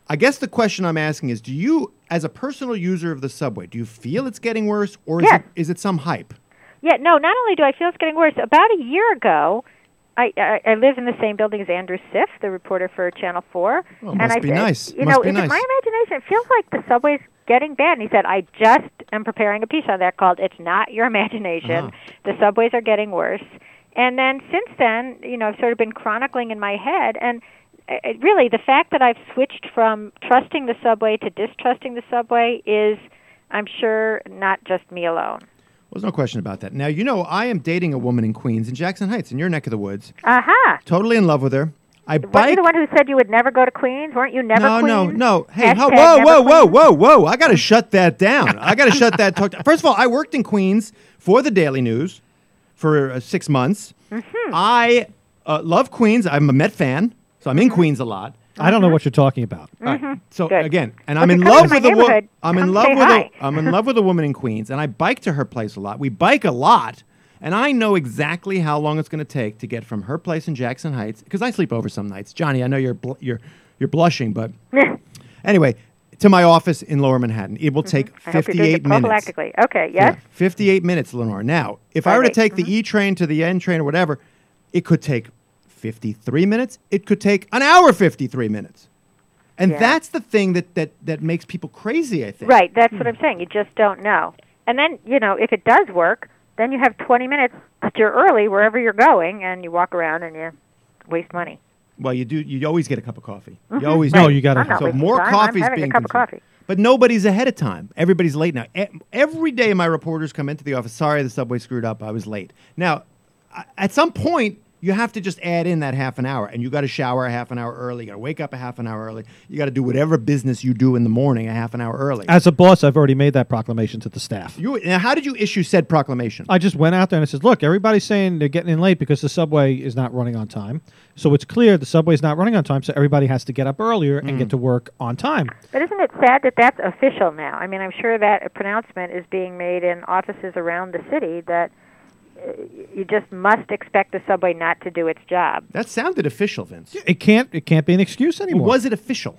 Speaker 1: I guess the question I'm asking is: Do you, as a personal user of the subway, do you feel it's getting worse, or is,
Speaker 4: Yes.
Speaker 1: it, is it some hype?
Speaker 4: Yeah, no, not only do I feel it's getting worse, about a year ago, I, I, I live in the same building as Andrew Siff, the reporter for Channel 4.
Speaker 1: Oh,
Speaker 4: and
Speaker 1: must
Speaker 4: I
Speaker 1: be
Speaker 4: said,
Speaker 1: nice.
Speaker 4: You
Speaker 1: Must
Speaker 4: know,
Speaker 1: be
Speaker 4: is
Speaker 1: nice.
Speaker 4: it my imagination? It feels like the subway's getting bad. And he said, I just am preparing a piece on that called It's Not Your Imagination.
Speaker 1: Uh-huh.
Speaker 4: The subways are getting worse. And then since then, you know, I've sort of been chronicling in my head. And uh, uh, really, the fact that I've switched from trusting the subway to distrusting the subway is, I'm sure, not just me alone.
Speaker 1: Well, there's no question about that. Now you know I am dating a woman in Queens, in Jackson Heights, in your neck of the woods.
Speaker 4: Aha!
Speaker 1: Totally in love with her. I
Speaker 4: Weren't you
Speaker 1: bike.
Speaker 4: the one who said you would never go to Queens? Weren't you never
Speaker 1: no,
Speaker 4: Queens?
Speaker 1: no, no. Hey,
Speaker 4: Hashtag
Speaker 1: ho, whoa,
Speaker 4: never
Speaker 1: whoa, whoa,
Speaker 4: Queens.
Speaker 1: whoa, whoa. I got to shut that down. I got to shut that talk. First of all, I worked in Queens for the Daily News for uh, six months.
Speaker 4: Mm-hmm.
Speaker 1: I uh, love Queens. I'm a Met fan, so I'm in
Speaker 4: Mm-hmm.
Speaker 1: Queens a lot.
Speaker 2: I don't know what you're talking about.
Speaker 1: All right. So
Speaker 4: Good.
Speaker 1: again, and
Speaker 4: Well,
Speaker 1: I'm
Speaker 4: if
Speaker 1: in
Speaker 4: you come to
Speaker 1: love
Speaker 4: my
Speaker 1: with a woman.
Speaker 4: neighborhood,
Speaker 1: I'm in
Speaker 4: come
Speaker 1: love
Speaker 4: say
Speaker 1: with a.
Speaker 4: hi.
Speaker 1: I'm in love with a woman in Queens, and I bike to her place a lot. We bike a lot, and I know exactly how long it's going to take to get from her place in Jackson Heights because I sleep over some nights. Johnny, I know you're bl- you're you're blushing,
Speaker 4: (laughs)
Speaker 1: but anyway, to my office in Lower Manhattan, it will take
Speaker 4: Mm-hmm. I hope you're doing
Speaker 1: 58
Speaker 4: it
Speaker 1: minutes.
Speaker 4: prophylactically. Okay, yes. Mm-hmm.
Speaker 1: Yeah, 58 minutes, Lenore. Now, if I
Speaker 4: Right,
Speaker 1: were to
Speaker 4: right.
Speaker 1: take the E train to the N train or whatever, it could take 53 minutes. It could take an hour 53 minutes. And
Speaker 4: Yeah.
Speaker 1: that's the thing that, that, that makes people crazy, I think.
Speaker 4: Right, that's
Speaker 1: Hmm.
Speaker 4: what I'm saying. You just don't know. And then, you know, if it does work, then you have 20 minutes, but you're early wherever you're going, and you walk around and you waste money.
Speaker 1: Well, you do. You always get a cup of coffee.
Speaker 4: Mm-hmm.
Speaker 1: You always
Speaker 2: No,
Speaker 1: do.
Speaker 2: you gotta-
Speaker 4: I'm not
Speaker 1: So
Speaker 4: wasting
Speaker 1: more
Speaker 4: time.
Speaker 1: coffee's
Speaker 4: I'm having
Speaker 1: being
Speaker 4: a cup of
Speaker 1: consumed.
Speaker 4: coffee.
Speaker 1: But nobody's ahead of time. Everybody's late now. E- Every day my reporters come in to the office. Sorry, the subway screwed up. I was late. Now, I- at some point, you have to just add in that half an hour, and you got to shower a half an hour early. You got to wake up a half an hour early. You got to do whatever business you do in the morning a half an hour early.
Speaker 2: As a boss, I've already made that proclamation to the staff.
Speaker 1: you, now how did you issue said proclamation?
Speaker 2: I just went out there and I said, look, everybody's saying they're getting in late because the subway is not running on time. So it's clear the subway's not running on time, so everybody has to get up earlier and
Speaker 1: Mm.
Speaker 2: get to work on time.
Speaker 4: But isn't it sad that that's official now? I mean, I'm sure that pronouncement is being made in offices around the city that uh, you just must expect the subway not to do its job.
Speaker 1: that sounded official, Vince.
Speaker 2: It can't it can't be an excuse anymore.
Speaker 1: Was it official?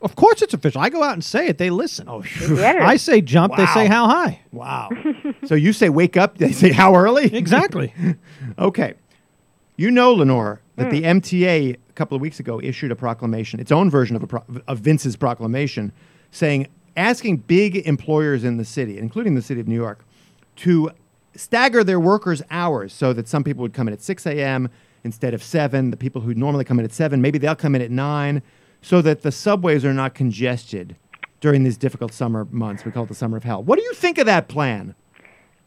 Speaker 2: Of course it's official. I go out and say it, they listen. Oh
Speaker 4: better.
Speaker 2: I say jump, they say
Speaker 1: Wow.
Speaker 2: how high.
Speaker 1: Wow. so you say wake up, they say how early?
Speaker 4: (laughs)
Speaker 2: Exactly.
Speaker 1: Okay. You know, Lenore, that the MTA a couple of weeks ago issued a proclamation, its own version of, a pro- of Vince's proclamation, saying asking big employers in the city, including the city of New York, to stagger their workers' hours so that some people would come in at 6 a.m. instead of 7. The people who normally come in at 7, maybe they'll come in at 9 so that the subways are not congested during these difficult summer months. We call it the summer of hell. What do you think of that plan?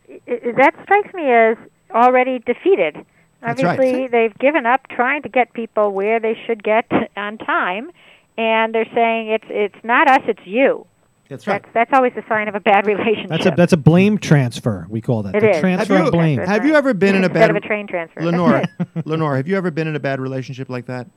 Speaker 4: I- I- That strikes me as already defeated.
Speaker 1: That's right.
Speaker 4: Obviously, they've given up trying to get people where they should get (laughs) on time, and they're saying it's it's not us, it's you.
Speaker 1: That's
Speaker 4: That's that's always a sign of a bad (laughs) relationship.
Speaker 2: That's a that's a blame transfer, we call that.
Speaker 4: It
Speaker 2: the
Speaker 4: is.
Speaker 2: transfer
Speaker 1: Have you-
Speaker 2: of blame.
Speaker 1: Have you ever been in a
Speaker 4: Instead
Speaker 1: bad-
Speaker 4: of a train transfer? (laughs)
Speaker 1: Lenore, Lenore, have you ever been in a bad relationship like that?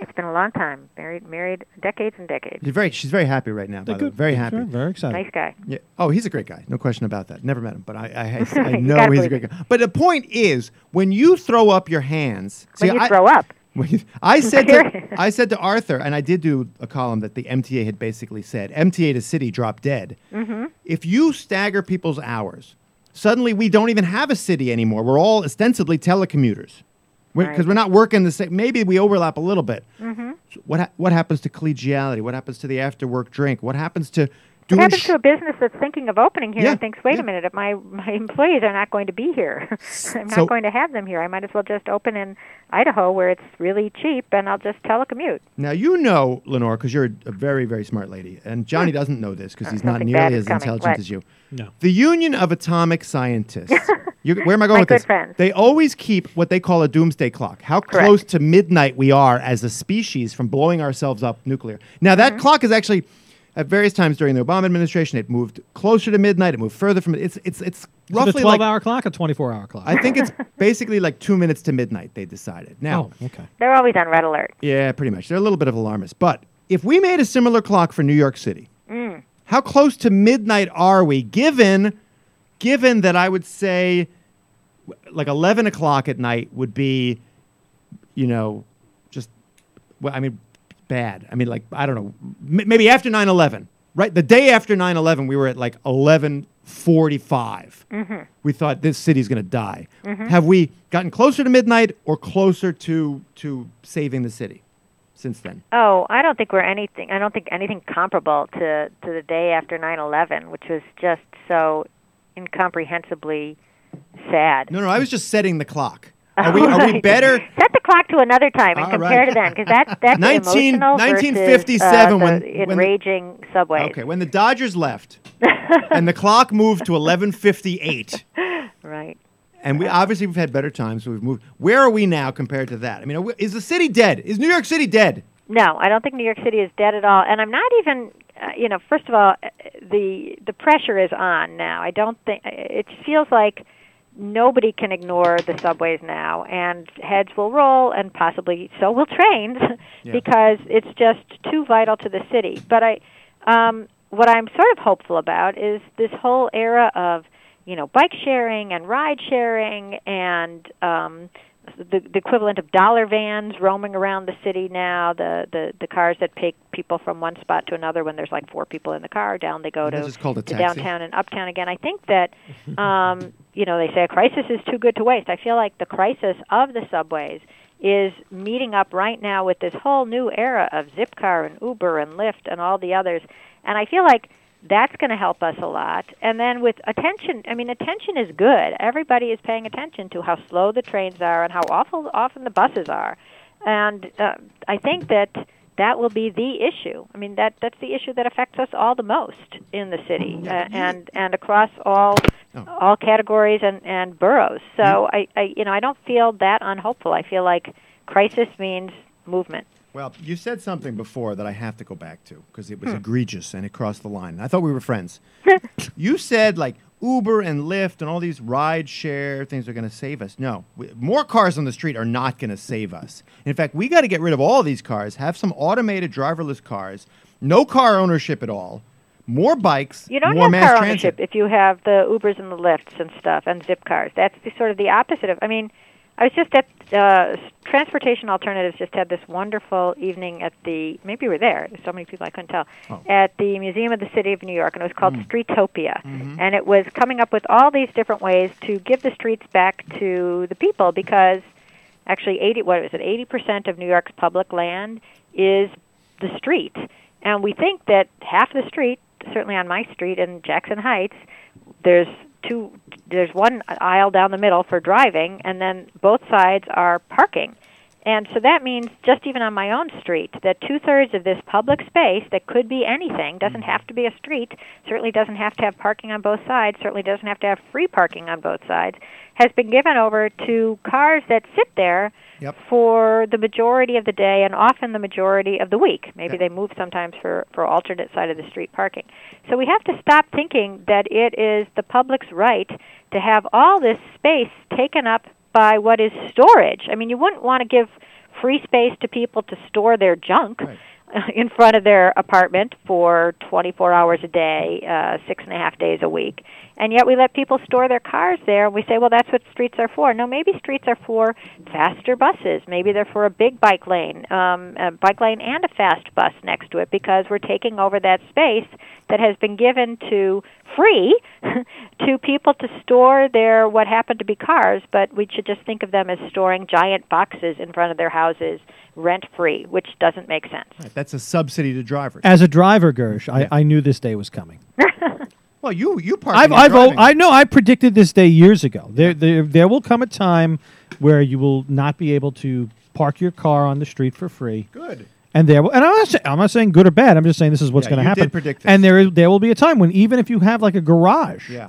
Speaker 4: it's been a long time. Married, married, decades and decades.
Speaker 1: She's very, she's very happy right now. By the way.
Speaker 2: Good.
Speaker 1: Very
Speaker 2: Sure,
Speaker 1: happy.
Speaker 2: very excited.
Speaker 4: Nice guy.
Speaker 1: Yeah. Oh, he's a great guy. No question about that. Never met him, but I, I, I,
Speaker 4: (laughs)
Speaker 1: I
Speaker 4: You
Speaker 1: know
Speaker 4: gotta
Speaker 1: he's a
Speaker 4: believe
Speaker 1: great guy. But the point is, when you throw up your hands,
Speaker 4: When
Speaker 1: see,
Speaker 4: you
Speaker 1: I,
Speaker 4: grow up,
Speaker 1: Well,
Speaker 4: (laughs)
Speaker 1: I said to,
Speaker 4: Seriously.
Speaker 1: I said to Arthur, and I did do a column that the MTA had basically said MTA to city drop dead.
Speaker 4: Mm-hmm.
Speaker 1: If you stagger people's hours, suddenly we don't even have a city anymore. We're all ostensibly telecommuters because
Speaker 4: Right. Mm-hmm.
Speaker 1: we're not working the same. Maybe we overlap a little bit. So what ha- what happens to collegiality? What happens to the after work drink? What happens to
Speaker 4: it
Speaker 1: doing
Speaker 4: happens
Speaker 1: sh-
Speaker 4: to a business that's thinking of opening here
Speaker 1: Yeah,
Speaker 4: and thinks, wait
Speaker 1: yeah.
Speaker 4: a minute, if my my employees are not going to be here. (laughs) I'm
Speaker 1: So-
Speaker 4: not going to have them here. I might as well just open in Idaho where it's really cheap, and I'll just telecommute.
Speaker 1: Now you know Lenore because you're a very very smart lady, and Johnny
Speaker 4: Hmm.
Speaker 1: doesn't know this because he's not
Speaker 4: something
Speaker 1: nearly
Speaker 4: bad
Speaker 1: as
Speaker 4: is coming.
Speaker 1: intelligent
Speaker 4: What?
Speaker 1: as you.
Speaker 2: No.
Speaker 1: The Union of Atomic
Speaker 4: (laughs)
Speaker 1: Scientists. you, where am I going
Speaker 4: My
Speaker 1: with
Speaker 4: good
Speaker 1: this?
Speaker 4: friends.
Speaker 1: They always keep what they call a doomsday clock. How close to midnight we are as a species from blowing ourselves up nuclear. Now that
Speaker 4: Mm-hmm.
Speaker 1: clock is actually at various times during the Obama administration it moved closer to midnight. It moved further from it's it's it's
Speaker 2: Is it a
Speaker 1: roughly
Speaker 2: twelve
Speaker 1: like
Speaker 2: hour clock or twenty four hour clock?
Speaker 1: I think it's basically like two minutes to midnight. They decided now.
Speaker 2: oh, okay.
Speaker 4: They're always on red alert.
Speaker 1: Yeah, pretty much. They're a little bit of alarmists. But if we made a similar clock for New York City, how close to midnight are we? Given, given that I would say, w- like eleven o'clock at night would be, you know, just, well, I mean, bad. I mean, like I don't know, m- maybe after 9-11, right? The day after 9-11, we were at like eleven We thought this city's going to die. Have we gotten closer to midnight or closer to to saving the city since then?
Speaker 4: Oh, I don't think we're anything. I don't think anything comparable to to the day after 9/11, which was just so incomprehensibly sad.
Speaker 1: No, no, I was just setting the clock. Are we, are we
Speaker 4: (laughs) Right.
Speaker 1: better?
Speaker 4: Set the clock to another time and
Speaker 1: All
Speaker 4: compare
Speaker 1: right.
Speaker 4: to then,
Speaker 1: (laughs)
Speaker 4: because that's that's
Speaker 1: 19
Speaker 4: emotional
Speaker 1: 1957 when-
Speaker 4: versus, uh, the
Speaker 1: when-
Speaker 4: enraging subways.
Speaker 1: Okay, when the Dodgers left and the clock moved to 11:58,
Speaker 4: Right.
Speaker 1: and we obviously we've had better times, so we've moved. Where are we now compared to that? I mean, are we, is the city dead? Is New York City dead?
Speaker 4: No, I don't think New York City is dead at all, and I'm not even. Uh, you know, first of all, uh, the the pressure is on now. I don't think it feels like nobody can ignore the subways now, and heads will roll, and possibly so will (laughs) trains, because it's just too vital to the city. But I, um, what I'm sort of hopeful about is this whole era of you know bike sharing and ride sharing and um, the, the equivalent of dollar vans roaming around the city now. The, the the cars that take people from one spot to another when there's like four people in the car. Down they go
Speaker 1: And
Speaker 4: to,
Speaker 1: this is called a
Speaker 4: to
Speaker 1: taxi?
Speaker 4: downtown and uptown again. I think that um, (laughs) you know they say a crisis is too good to waste. I feel like the crisis of the subways is meeting up right now with this whole new era of Zipcar and Uber and Lyft and all the others. And I feel like that's going to help us a lot. And then with attention, I mean, attention is good. Everybody is paying attention to how slow the trains are and how awful often the buses are. And uh, I think that that will be the issue. I mean, that that's the issue that affects us all the most in the city uh, and and across all all categories and and boroughs. So I, I you know I don't feel that unhopeful. I feel like crisis means movement.
Speaker 1: Well, you said something before that I have to go back to because
Speaker 4: Hmm.
Speaker 1: it was egregious and it crossed the line. I thought we were
Speaker 4: (laughs)
Speaker 1: friends. you said like Uber and Lyft and all these ride share things are going to save us. No, we, more cars on the street are not going to save us. In fact, we got to get rid of all these cars, have some automated driverless cars, no car ownership at all, more bikes,
Speaker 4: You don't
Speaker 1: more
Speaker 4: have
Speaker 1: mass
Speaker 4: car
Speaker 1: transit.
Speaker 4: ownership if you have the Ubers and the Lyfts and stuff and zip cars. That's the, sort of the opposite of. I mean, I was just at uh, Transportation Alternatives just had this wonderful evening at the maybe you were there. There's so many people I couldn't tell
Speaker 1: Oh.
Speaker 4: at the Museum of the City of New York, and it was called
Speaker 1: Mm.
Speaker 4: Streetopia,
Speaker 1: Mm-hmm.
Speaker 4: and it was coming up with all these different ways to give the streets back to the people because actually 80 what is it 80% of New York's public land is the street and we think that half the street certainly on my street in Jackson Heights there's two there's one aisle down the middle for driving and then both sides are parking and so that means just even on my own street that two thirds of this public space that could be anything doesn't have to be a street certainly doesn't have to have parking on both sides certainly doesn't have to have free parking on both sides has been given over to cars that sit there
Speaker 1: Yep.
Speaker 4: for the majority of the day and often the majority of the week. Maybe they move sometimes for, for alternate side of the street parking. So we have to stop thinking that it is the public's right to have all this space taken up by what is storage. I mean, you wouldn't want to give free space to people to store their junk. (laughs) In front of their apartment for 24 hours a day, uh, six and a half days a week. And yet we let people store their cars there. And we say, well, that's what streets are for. No, maybe streets are for faster buses. Maybe they're for a big bike lane, um, a bike lane and a fast bus next to it because we're taking over that space that has been given to free (laughs) to people to store their what happened to be cars. But we should just think of them as storing giant boxes in front of their houses rent free, which doesn't make sense.
Speaker 1: Right, That's a subsidy to drivers.
Speaker 2: As a driver, Gersh, I, I knew this day was coming.
Speaker 1: well, you you park.
Speaker 2: I've, I've, al- I know I predicted this day years ago. There, there, there will come a time where you will not be able to park your car on the street for free.
Speaker 1: good.
Speaker 2: And there, will, and I'm not, say, I'm not saying good or bad. I'm just saying this is what's
Speaker 1: Yeah,
Speaker 2: going to
Speaker 1: you did
Speaker 2: happen.
Speaker 1: predict this.
Speaker 2: And there, is, there will be a time when even if you have like a garage,
Speaker 1: Yeah.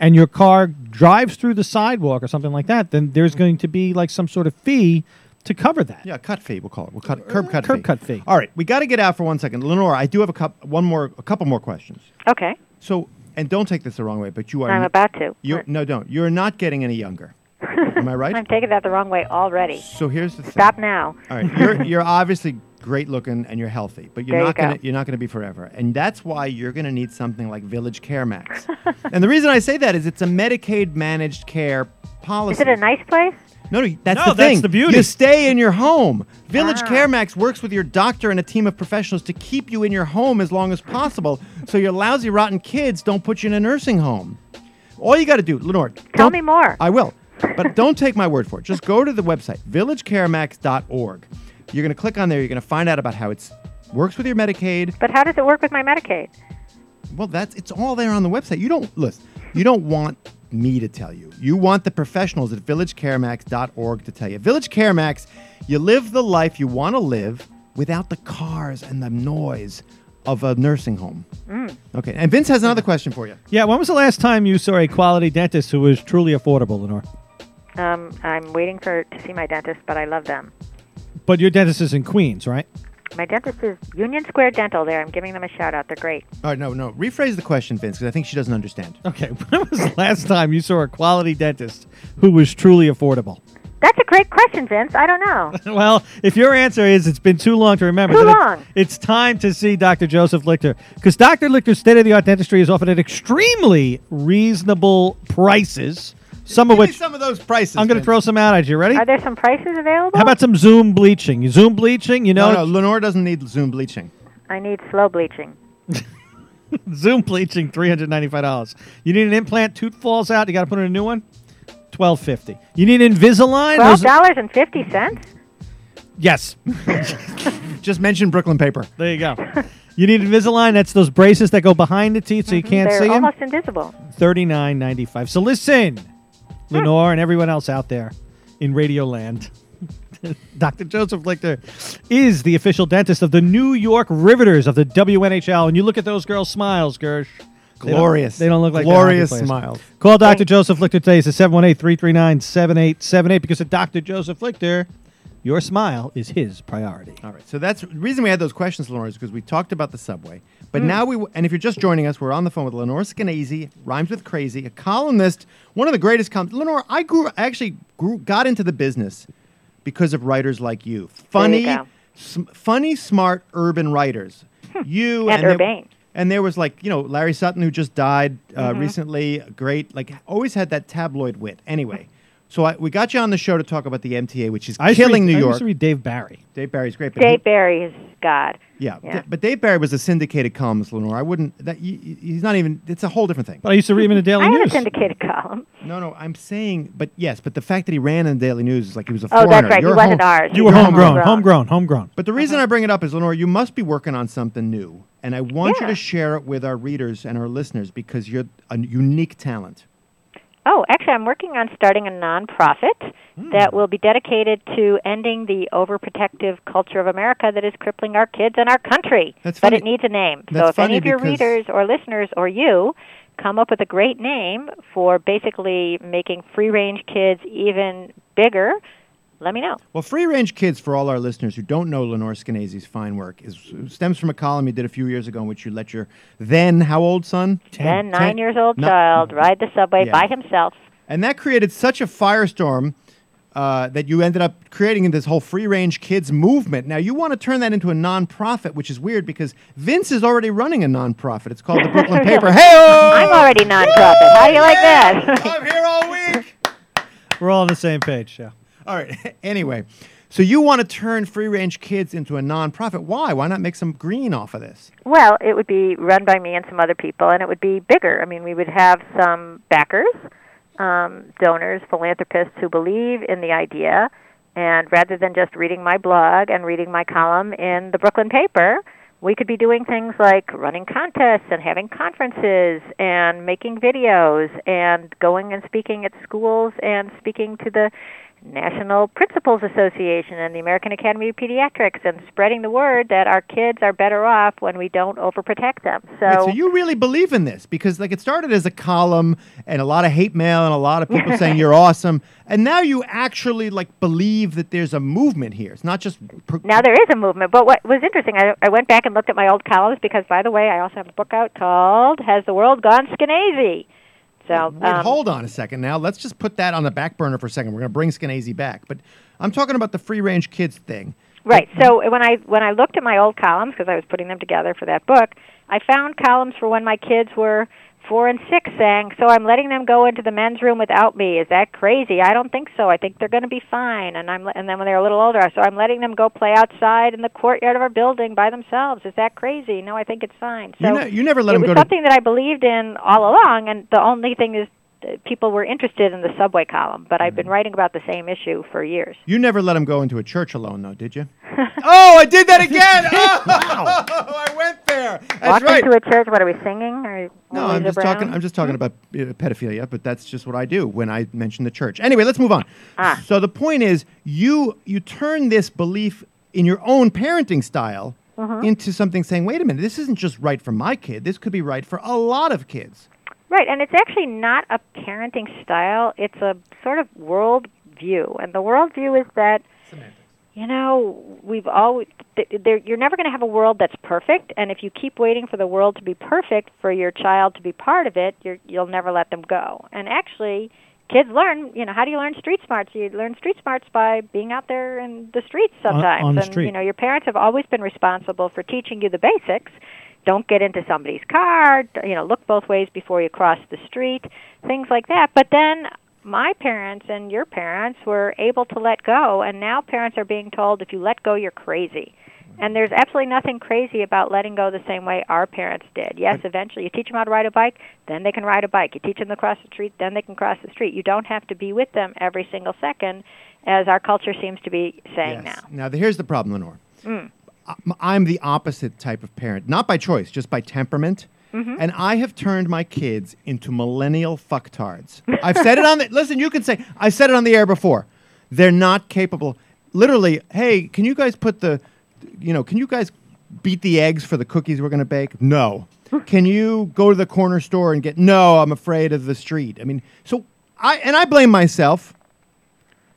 Speaker 2: and your car drives through the sidewalk or something like that, then there's going to be like some sort of fee to cover that.
Speaker 1: Yeah, cut fee. We'll call it. We'll cut curb cut.
Speaker 2: curb
Speaker 1: fee.
Speaker 2: cut fee.
Speaker 1: All right, we got to get out for one second, Lenore. I do have a cup, one more, a couple more questions.
Speaker 4: Okay.
Speaker 1: So, and don't take this the wrong way, but you are.
Speaker 4: I'm
Speaker 1: n-
Speaker 4: about to.
Speaker 1: You no, don't. You're not getting any younger. Am I
Speaker 4: (laughs) I'm
Speaker 1: right?
Speaker 4: taking that the wrong way already.
Speaker 1: so here's the thing.
Speaker 4: Stop now.
Speaker 1: All right, you're you're obviously great looking and you're healthy, but you're
Speaker 4: There you
Speaker 1: not
Speaker 4: go.
Speaker 1: gonna you're not gonna be forever, and that's why you're gonna need something like Village Care
Speaker 4: (laughs)
Speaker 1: Max. and the reason I say that is it's a Medicaid managed care
Speaker 4: Is
Speaker 1: policy.
Speaker 4: it a nice place?
Speaker 1: No, no, that's
Speaker 3: No,
Speaker 1: the thing.
Speaker 3: that's the beauty.
Speaker 1: You stay in your home. Village
Speaker 4: Ah.
Speaker 1: Care Max works with your doctor and a team of professionals to keep you in your home as long as possible, so your lousy, rotten kids don't put you in a nursing home. All you got to do, Lenore.
Speaker 4: Tell
Speaker 1: don't-
Speaker 4: me more.
Speaker 1: I will, but don't take my word for it. Just go to the website villagecaremax.org. You're going to click on there. You're going to find out about how it's works with your Medicaid.
Speaker 4: But how does it work with my Medicaid?
Speaker 1: Well, that's it's all there on the website. You don't listen. You don't want me to tell you. You want the professionals at villagecaremax.org to tell you. Village Caremax, you live the life you want to live without the cars and the noise of a nursing home. Okay. And Vince has another question for you.
Speaker 2: Yeah, when was the last time you saw a quality dentist who was truly affordable, Lenore?
Speaker 4: Um, I'm waiting for to see my dentist, but I love them.
Speaker 2: But your dentist is in Queens, right?
Speaker 4: My dentist is Union Square Dental. There, I'm giving them a shout out. They're great.
Speaker 1: All right, no, no. Rephrase the question, Vince, because I think she doesn't understand.
Speaker 2: Okay, (laughs) when was the last time you saw a quality dentist who was truly affordable? (laughs)
Speaker 4: That's a great question, Vince. I don't know.
Speaker 2: Well, if your answer is it's been too long to remember,
Speaker 4: Too
Speaker 2: then it-
Speaker 4: long.
Speaker 2: it's time to see Dr. Joseph Lichter because Dr. Lichter's state of the art dentistry is offered at extremely reasonable prices, some of
Speaker 1: Give me
Speaker 2: which
Speaker 1: some of those prices.
Speaker 2: I'm going to
Speaker 1: Vince.
Speaker 2: throw some out at you. Ready?
Speaker 4: Are there some prices available?
Speaker 2: How about some Zoom bleaching? Zoom bleaching, you know,
Speaker 1: No, no, Lenore doesn't need Zoom bleaching.
Speaker 4: I need slow bleaching.
Speaker 2: Zoom bleaching, three hundred ninety-five dollars. You need an implant, tooth falls out, you got to put in a new one. Twelve fifty. You need Invisalign.
Speaker 4: Twelve
Speaker 2: Those-
Speaker 4: dollars and fifty cents.
Speaker 2: yes,
Speaker 1: Just mention Brooklyn paper.
Speaker 2: there you go. You need Invisalign. That's those braces that go behind the teeth so you can't
Speaker 4: Mm-hmm. They're
Speaker 2: see them.
Speaker 4: almost invisible.
Speaker 2: Thirty-nine ninety-five. So listen, Lenore and everyone else out there in Radio Land, (laughs) Dr. Joseph Lichter is the official dentist of the New York Riveters of the WNHL. And you look at those girls' smiles, Gersh. They don't-
Speaker 1: Glorious.
Speaker 2: They don't, look like they're hockey
Speaker 1: glorious
Speaker 2: players.
Speaker 1: smiles.
Speaker 2: Call Dr. Joseph Lichter today. It's at 718 339 7878 because at Dr. Joseph Lichter, your smile is his priority.
Speaker 1: All right. So that's the reason we had those questions, Lenore, is because we talked about the subway.
Speaker 4: Mm.
Speaker 1: But now we, and if you're just joining us, we're on the phone with Lenore Skenazy, rhymes with crazy, a columnist, one of the greatest com Lenore, I grew, I actually grew, got into the business because of writers like you. Funny,
Speaker 4: go. Hmm.
Speaker 1: sm- funny, smart, urban writers. You
Speaker 4: And
Speaker 1: there-
Speaker 4: urbane.
Speaker 1: and there was like, you know, Larry Sutton, who just died uh,
Speaker 4: Mm-hmm.
Speaker 1: recently, great, like always had that tabloid wit. Anyway, so I, we got you on the show to talk about the MTA, which is
Speaker 2: I used to
Speaker 1: killing
Speaker 2: read-
Speaker 1: New
Speaker 2: I
Speaker 1: York.
Speaker 2: used to read Dave Barry.
Speaker 1: Dave Barry's great. But he-
Speaker 2: Mm-hmm.
Speaker 4: Dave Barry is God.
Speaker 1: yeah,
Speaker 4: Yeah.
Speaker 1: but Dave Barry was a syndicated columnist, Lenore. I wouldn't. That you, you- he's not even. It's a whole different thing.
Speaker 2: But I used to read him in the Daily
Speaker 4: I have a
Speaker 2: News.
Speaker 4: syndicated (laughs) column.
Speaker 1: no, no, I'm saying. But yes, but the fact that he ran in the Daily News is like he was a
Speaker 4: Oh,
Speaker 1: foreigner.
Speaker 4: that's right. He
Speaker 1: You're
Speaker 4: wasn't
Speaker 1: home-
Speaker 4: ours. Uh-huh.
Speaker 2: you
Speaker 4: He
Speaker 2: were
Speaker 4: was
Speaker 2: homegrown, homegrown, homegrown.
Speaker 1: But the reason I bring it up is, Lenore, you must be working on something new, and I want you
Speaker 4: Yeah.
Speaker 1: to share it with our readers and our listeners because you're a unique talent.
Speaker 4: Oh, actually, I'm working on starting a nonprofit
Speaker 1: Hmm.
Speaker 4: that will be dedicated to ending the overprotective culture of America that is crippling our kids and our country.
Speaker 1: That's
Speaker 4: but
Speaker 1: funny-
Speaker 4: it needs a name.
Speaker 1: that's
Speaker 4: so if
Speaker 1: funny
Speaker 4: any of your
Speaker 1: because-
Speaker 4: readers or listeners or you come up with a great name for basically making free range kids even bigger, let me know.
Speaker 1: Well, Free Range Kids, for all our listeners who don't know Lenore Skenazy's fine work, is stems from a column you did a few years ago in which you let your then how old son?
Speaker 4: Then nine
Speaker 1: Ten-
Speaker 4: years old
Speaker 1: no-
Speaker 4: child ride the subway
Speaker 1: Yeah.
Speaker 4: by himself.
Speaker 1: And that created such a firestorm uh, that you ended up creating this whole free range kids movement. Now, you want to turn that into a nonprofit, which is weird because Vince is already running a nonprofit. It's called the
Speaker 4: (laughs)
Speaker 1: Brooklyn Paper. Hey,
Speaker 4: I'm already nonprofit. How do you like that?
Speaker 1: I'm here all week.
Speaker 2: We're all on the same page, yeah.
Speaker 1: All right. (laughs) Anyway, so you want to turn free range kids into a nonprofit. Why? Why not make some green off of this?
Speaker 4: Well, it would be run by me and some other people, and it would be bigger. I mean, we would have some backers, um, donors, philanthropists who believe in the idea. And rather than just reading my blog and reading my column in the Brooklyn paper, we could be doing things like running contests and having conferences and making videos and going and speaking at schools and speaking to the National Principals Association and the American Academy of Pediatrics and spreading the word that our kids are better off when we don't overprotect them. So,
Speaker 1: Wait, so you really believe in this because like it started as a column and a lot of hate mail and a lot of people
Speaker 4: (laughs)
Speaker 1: saying you're awesome, and now you actually like believe that there's a movement here. It's not just pro-
Speaker 4: now there is a movement. But what was interesting, I, I went back and looked at my old columns because, by the way, I also have a book out called "Has the World Gone Skenazy?" So
Speaker 1: Wait,
Speaker 4: um,
Speaker 1: hold on a second. Now let's just put that on the back burner for a second. We're gonna bring Skenazy back, but I'm talking about the free range kids thing.
Speaker 4: Right. So when I when I looked at my old columns because I was putting them together for that book, I found columns for when my kids were four and six saying, "So I'm letting them go into the men's room without me. Is that crazy? I don't think so. I think they're going to be fine." And I'm le- and then when they were a little older, I so I'm letting them go play outside in the courtyard of our building by themselves. Is that crazy? No, I think it's fine. So
Speaker 1: You ne- you never let
Speaker 4: it
Speaker 1: them
Speaker 4: was
Speaker 1: go to-
Speaker 4: something that I believed in all along, and the only thing is. that People were interested in the subway column, but I've
Speaker 1: Mm-hmm.
Speaker 4: been writing about the same issue for years.
Speaker 1: You never let them go into a church alone, though, did
Speaker 4: (laughs)
Speaker 1: you? oh, I did that again! Oh, (laughs) I went there. That's
Speaker 4: Walked
Speaker 1: right.
Speaker 4: into a church. What are we singing? Or
Speaker 1: No, I'm just talking. I'm just talking about uh, pedophilia, but that's just what I do when I mention the church. Anyway, let's move on.
Speaker 4: Ah.
Speaker 1: So the point is, you you turn this belief in your own parenting style into something saying, "Wait a minute, this isn't just right for my kid. This could be right for a lot of kids."
Speaker 4: right, and it's actually not a parenting style. It's a sort of world view, and the world view is that you know we've always th- there, you're never going to have a world that's perfect, and if you keep waiting for the world to be perfect for your child to be part of it, you're, you'll never let them go. And actually. Kids learn, you know, how do you learn street smarts? You learn street smarts by being out there in the streets sometimes.
Speaker 2: on the
Speaker 4: and,
Speaker 2: street.
Speaker 4: You know, your parents have always been responsible for teaching you the basics, don't get into somebody's car, d- you know, look both ways before you cross the street, things like that. But then my parents and your parents were able to let go, and now parents are being told if you let go, you're crazy. And there's absolutely nothing crazy about letting go the same way our parents did. Yes, eventually you teach them how to ride a bike, then they can ride a bike. You teach them to cross the street, then they can cross the street. You don't have to be with them every single second, as our culture seems to be saying
Speaker 1: Yes.
Speaker 4: now. Mm.
Speaker 1: Now, the- here's the problem, Lenore. I- I'm the opposite type of parent, not by choice, just by temperament.
Speaker 4: Mm-hmm.
Speaker 1: And I have turned my kids into millennial (laughs) fucktards. I've said it on the listen. You can say I said it on the air before. They're not capable. literally, hey, can you guys put the, you know, can you guys beat the eggs for the cookies we're going to bake? No. can you go to the corner store and get? No, I'm afraid of the street. I mean, so I and I blame myself.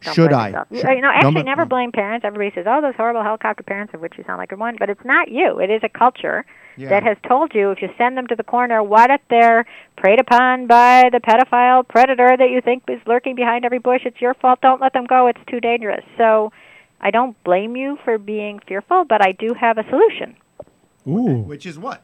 Speaker 4: Don't
Speaker 1: Should
Speaker 4: blame
Speaker 1: I?
Speaker 4: yourself. You, uh,
Speaker 1: Should-
Speaker 4: you know,
Speaker 1: No,
Speaker 4: actually,
Speaker 1: but-
Speaker 4: never blame parents. Everybody says, "Oh, those horrible helicopter parents," of which you sound like one. But it's not you. It is a culture
Speaker 1: Yeah.
Speaker 4: that has told you if you send them to the corner, what if they're preyed upon by the pedophile predator that you think is lurking behind every bush? It's your fault. Don't let them go. It's too dangerous. So, I don't blame you for being fearful, but I do have a solution.
Speaker 2: Ooh.
Speaker 1: Which is what?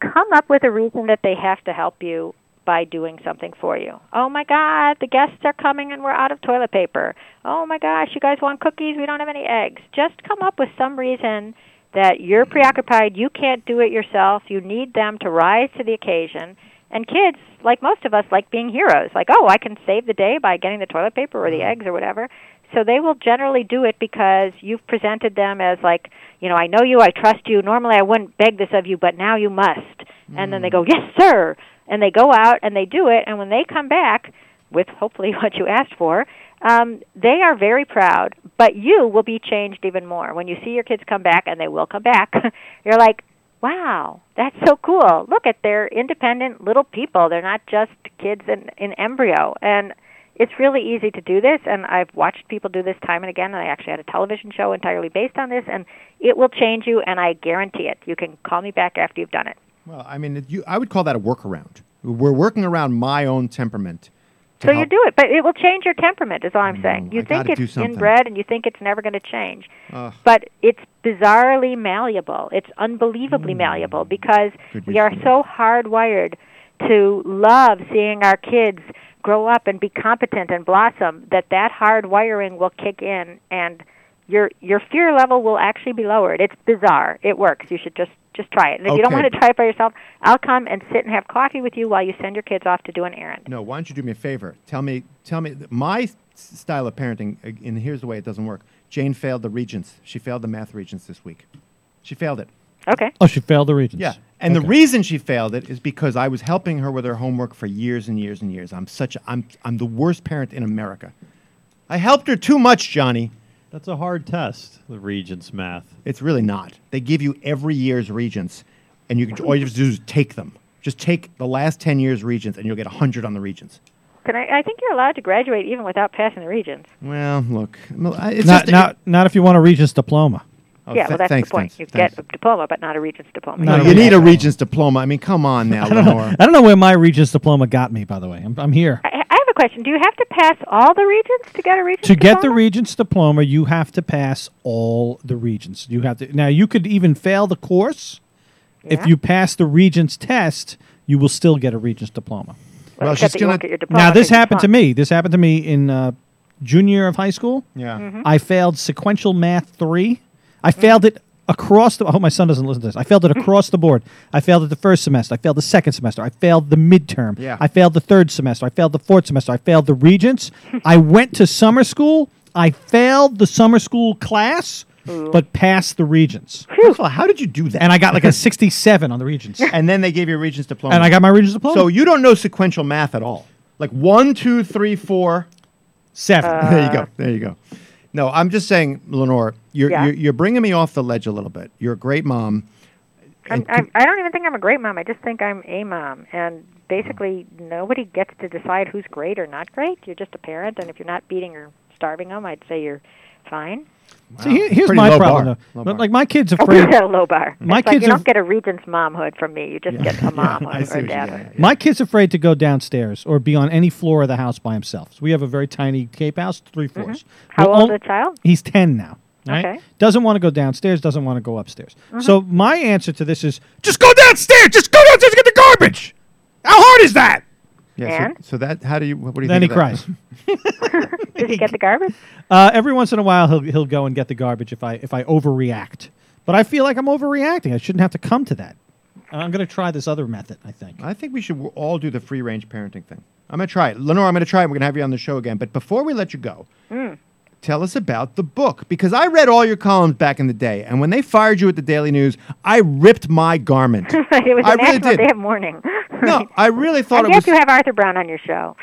Speaker 4: come up with a reason that they have to help you by doing something for you. Oh my God, the guests are coming and we're out of toilet paper. Oh my gosh, you guys want cookies? We don't have any eggs. Just come up with some reason that you're preoccupied, you can't do it yourself, you need them to rise to the occasion. And kids, like most of us, like being heroes. Like, oh, I can save the day by getting the toilet paper or the eggs or whatever. So they will generally do it because you've presented them as like, you know, I know you, I trust you. Normally I wouldn't beg this of you, but now you must. And then they go, "Yes, sir." And they go out and they do it, and when they come back with hopefully (laughs) what you asked for, um, they are very proud, but you will be changed even more. When you see your kids come back and they will come back, (laughs) you're like, Wow, that's so cool. Look at they're independent little people. They're not just kids in, in embryo. And it's really easy to do this and I've watched people do this time and again and I actually had a television show entirely based on this and it will change you and I guarantee it. You can call me back after you've done it.
Speaker 1: Well, I mean, it- you, I would call that a workaround. We're working around my own temperament. to
Speaker 4: So you
Speaker 1: help- Mm,
Speaker 4: do it, but it will change your temperament. Is all I'm saying. You
Speaker 1: I
Speaker 4: think
Speaker 1: gotta do
Speaker 4: it's
Speaker 1: something.
Speaker 4: inbred, and you think it's never going to change,
Speaker 1: Ugh.
Speaker 4: but it's bizarrely malleable. It's unbelievably malleable because
Speaker 1: Mm. Good
Speaker 4: we
Speaker 1: use
Speaker 4: are
Speaker 1: of the
Speaker 4: so hardwired to love seeing our kids grow up and be competent and blossom that that hard wiring will kick in and your your fear level will actually be lowered. It's bizarre. It works. You should just just try it. And if you don't
Speaker 1: Okay.
Speaker 4: want to try it by yourself, I'll come and sit and have coffee with you while you send your kids off to do an errand.
Speaker 1: No, why don't you do me a favor? Tell me, tell me th- my s- style of parenting, uh, and here's the way it doesn't work. Jane failed the Regents. She failed the math Regents this week. She failed it.
Speaker 4: Okay.
Speaker 2: Oh, she failed the regions.
Speaker 1: Yeah. And the
Speaker 2: Okay.
Speaker 1: reason she failed it is because I was helping her with her homework for years and years and years. I'm such a, I'm I'm the worst parent in America. I helped her too much, Johnny.
Speaker 3: That's a hard test, the Regents math.
Speaker 1: It's really not. They give you every year's Regents, and you can, all you have to do is take them. Just take the last ten years Regents, and you'll get hundred on the Regents.
Speaker 4: Can I, I think you're allowed to graduate even without passing the Regents.
Speaker 1: Well, look, no, I- it's
Speaker 2: not
Speaker 1: just-
Speaker 2: not not if you want a regents diploma.
Speaker 1: Oh,
Speaker 4: yeah,
Speaker 1: th-
Speaker 4: well, that's
Speaker 1: thanks,
Speaker 4: the point.
Speaker 1: thanks,
Speaker 4: you
Speaker 1: thanks.
Speaker 4: get a diploma, but not a Regents diploma.
Speaker 2: No,
Speaker 1: No,
Speaker 2: no,
Speaker 1: you
Speaker 2: no.
Speaker 1: need a regent's diploma. I mean, come on now, Lenore.
Speaker 2: (laughs) I don't know where my regents diploma got me. By the way, I'm, I'm here
Speaker 4: I, I have a question. Do you have to pass all the Regents to get a Regents
Speaker 2: to get the
Speaker 4: diploma?
Speaker 2: regents diploma. You have to pass all the regents. You have to now. You could even fail the course. If
Speaker 4: Yeah.
Speaker 2: you pass the regents test, you will still get a regents diploma.
Speaker 1: Well, she's
Speaker 4: except that you
Speaker 1: gonna-
Speaker 4: won't get Oh, your diploma
Speaker 2: now this
Speaker 4: if you
Speaker 2: happened to
Speaker 4: flunk.
Speaker 2: me. This happened to me in uh, junior year of high school.
Speaker 1: Yeah.
Speaker 4: mm-hmm.
Speaker 2: I failed sequential math three. I failed it across the. I hope my son doesn't listen to this. I
Speaker 1: (laughs)
Speaker 2: failed it across the board. I failed it the first semester. I failed the second semester. I failed the midterm.
Speaker 1: Yeah.
Speaker 2: I failed the third semester. I failed the fourth semester. I failed
Speaker 1: (laughs)
Speaker 2: the regents. I went to summer school. I failed the summer school class, but passed the regents.
Speaker 1: First of all, how did you do that?
Speaker 2: And I got
Speaker 1: (laughs)
Speaker 2: like a 67 on the regents.
Speaker 1: And then they gave you a regent's diploma.
Speaker 2: And I got my regents diploma.
Speaker 1: So you don't know sequential math at all. Like one, two, three, four.
Speaker 2: seven.
Speaker 1: there you go. There you go. No, I'm just saying, Lenore, you're,
Speaker 4: Uh. Yeah.
Speaker 1: you're you're bringing me off the ledge a little bit. You're a great mom.
Speaker 4: I'm, I'm, I don't even think I'm a great mom. I just think I'm a mom. And basically, nobody gets to decide who's great or not great. You're just a parent, and if you're not beating or starving them, I'd say you're fine.
Speaker 2: See, here- here's
Speaker 1: Pretty
Speaker 2: my
Speaker 1: low
Speaker 2: problem.
Speaker 1: bar.
Speaker 2: Though.
Speaker 1: Low
Speaker 2: But,
Speaker 1: bar.
Speaker 2: Like my kids are
Speaker 4: Oh, we
Speaker 2: afraid.
Speaker 4: got a (laughs) low bar.
Speaker 2: My
Speaker 4: It's like
Speaker 2: kids
Speaker 4: you
Speaker 2: are-
Speaker 4: don't get a Regents momhood from me. You just
Speaker 2: (laughs)
Speaker 4: get a
Speaker 1: (laughs)
Speaker 4: momhood
Speaker 1: I see what
Speaker 4: or
Speaker 1: you
Speaker 4: dad.
Speaker 1: did.
Speaker 2: My kid's afraid to go downstairs or be on any floor of the house by himself. So we have a very tiny cape house, 3 floors.
Speaker 4: Mm-hmm. How
Speaker 2: We'll oh,
Speaker 4: old
Speaker 2: on-
Speaker 4: is the child?
Speaker 2: He's 10 now. Right?
Speaker 4: Okay. Mm-hmm.
Speaker 2: Doesn't want to go downstairs, doesn't want to go upstairs. So my answer to this is just go downstairs, just go downstairs and get the garbage. How hard is that?
Speaker 1: Yeah. So,
Speaker 4: And?
Speaker 1: so that how do you what do you
Speaker 2: Then he
Speaker 1: think of that?
Speaker 2: cries. (laughs)
Speaker 4: Does he get the garbage?
Speaker 2: Uh, every once in a while, he'll he'll go and get the garbage if I if I overreact. But I feel like I'm overreacting. I shouldn't have to come to that. I'm going to try this other method. I think.
Speaker 1: I think we should w- all do the free range parenting thing. I'm going to try it. Lenore, I'm going to try it. We're going to have you on the show again. But before we let you go, tell us about the book. Because I read all your columns back in the day. And when they fired you at the Daily News, I ripped my garment.
Speaker 4: (laughs) it was a
Speaker 1: I really
Speaker 4: national
Speaker 1: did.
Speaker 4: day of mourning.
Speaker 1: No, I really thought
Speaker 4: And
Speaker 1: it
Speaker 4: yes,
Speaker 1: was.
Speaker 4: you have Arthur Brown on your show.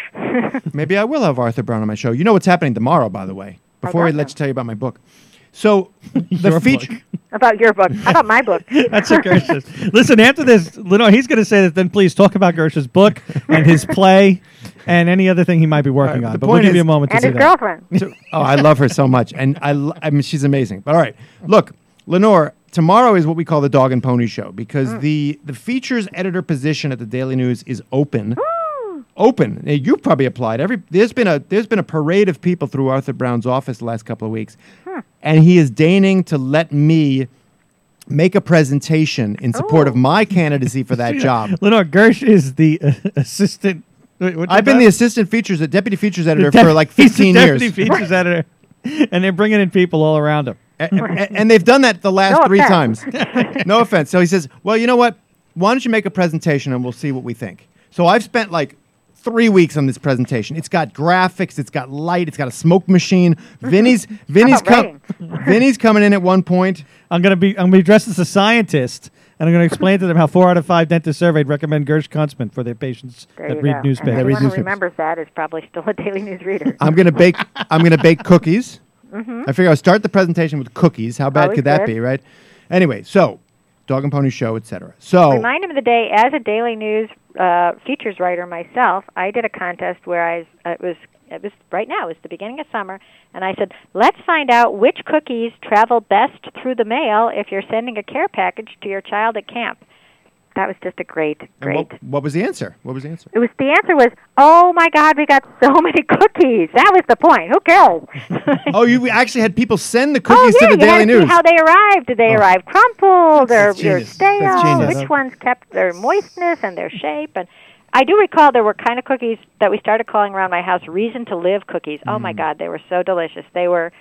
Speaker 1: Maybe I will have Arthur Brown on my show. You know what's happening tomorrow, by the way. before I
Speaker 4: don't
Speaker 1: let you
Speaker 4: know.
Speaker 1: tell you about my book.
Speaker 2: (laughs)
Speaker 1: So the
Speaker 2: Your
Speaker 1: feature.
Speaker 4: About your
Speaker 1: (laughs)
Speaker 4: book. How about my book?
Speaker 2: That's a Gersh's. Listen, after this, Leno, he's going to say that. Then please talk about Gersh's book and his play and any other thing he might be
Speaker 1: All
Speaker 2: working
Speaker 1: right,
Speaker 2: on.
Speaker 1: the
Speaker 2: But we'll
Speaker 1: point
Speaker 2: give
Speaker 1: is-
Speaker 2: you a moment to
Speaker 4: and
Speaker 2: do
Speaker 4: his
Speaker 2: that.
Speaker 4: girlfriend.
Speaker 1: to- oh, I love her so much, and I, l- I mean, she's amazing. But all right, look, Lenore. Tomorrow is what we call the dog and pony show because
Speaker 2: Mm.
Speaker 1: the the features editor position at the Daily News is open. Open. Now, You probably applied. Every there's been a there's been a parade of people through Arthur Brown's office the last couple of weeks, and he is deigning to let me make a presentation in support
Speaker 2: Oh.
Speaker 1: of my candidacy for
Speaker 2: (laughs)
Speaker 1: that job.
Speaker 2: Lenore Gersh is the uh, assistant. wait, what's
Speaker 1: I've been the
Speaker 2: that?
Speaker 1: assistant features, deputy features editor
Speaker 2: Dep-
Speaker 1: for like
Speaker 2: (laughs) he's the
Speaker 1: 15 years.
Speaker 2: Deputy features editor, and they're bringing in people all around him.
Speaker 4: (laughs)
Speaker 1: A- a- and, they've done that the last
Speaker 4: No
Speaker 1: three
Speaker 4: offense.
Speaker 1: times.
Speaker 4: (laughs)
Speaker 1: no offense. So he says, "Well, you know what? Why don't you make a presentation and we'll see what we think." So I've spent like three weeks on this presentation. It's got graphics. It's got light. It's got a smoke machine.
Speaker 4: (laughs)
Speaker 1: Vinny's Vinny's
Speaker 4: about
Speaker 1: com- (laughs)
Speaker 4: (laughs)
Speaker 1: Vinny's coming in at one point.
Speaker 2: I'm gonna be I'm gonna be dressed as a scientist, and I'm gonna explain to them how four out of five dentists surveyed recommend Gersh Kunstmann for their patients
Speaker 4: There you
Speaker 2: that read
Speaker 4: go.
Speaker 2: newspapers.
Speaker 4: And
Speaker 1: That read
Speaker 4: anyone who
Speaker 1: newspapers.
Speaker 4: remembers that is probably still a Daily News
Speaker 1: (laughs)
Speaker 4: reader.
Speaker 1: I'm gonna bake. I'm gonna bake cookies. I figure I'll start the presentation with cookies. How bad
Speaker 4: Mm-hmm. Always
Speaker 1: could that
Speaker 4: good.
Speaker 1: be, right? Anyway, so dog and pony show, etc. So
Speaker 4: Remind him of the day as a Daily News uh, features writer myself. I did a contest where I uh, it was it was right now. It was the beginning of summer, and I said, "Let's find out which cookies travel best through the mail if you're sending a care package to your child at camp." That was just a great,
Speaker 1: and
Speaker 4: great.
Speaker 1: what, what was the answer? What was the answer?
Speaker 4: it was the answer was, "Oh my God, we got so (laughs) many cookies." That was the point. Who cares? (laughs)
Speaker 1: Oh, you actually had people send the
Speaker 4: Oh
Speaker 1: (laughs) cookies
Speaker 4: yeah,
Speaker 1: to the
Speaker 4: you
Speaker 1: Daily
Speaker 4: had to
Speaker 1: News. Oh.
Speaker 4: see how they arrived. Did they arrive crumpled or,
Speaker 1: That's
Speaker 4: or
Speaker 1: genius. That's
Speaker 4: stale?
Speaker 1: genius.
Speaker 4: Which ones kept their moistness and their shape? And I do recall there were kind of cookies that we started calling around my house "reason to live" cookies. Oh
Speaker 1: Mm.
Speaker 4: my God, they were so delicious. They were,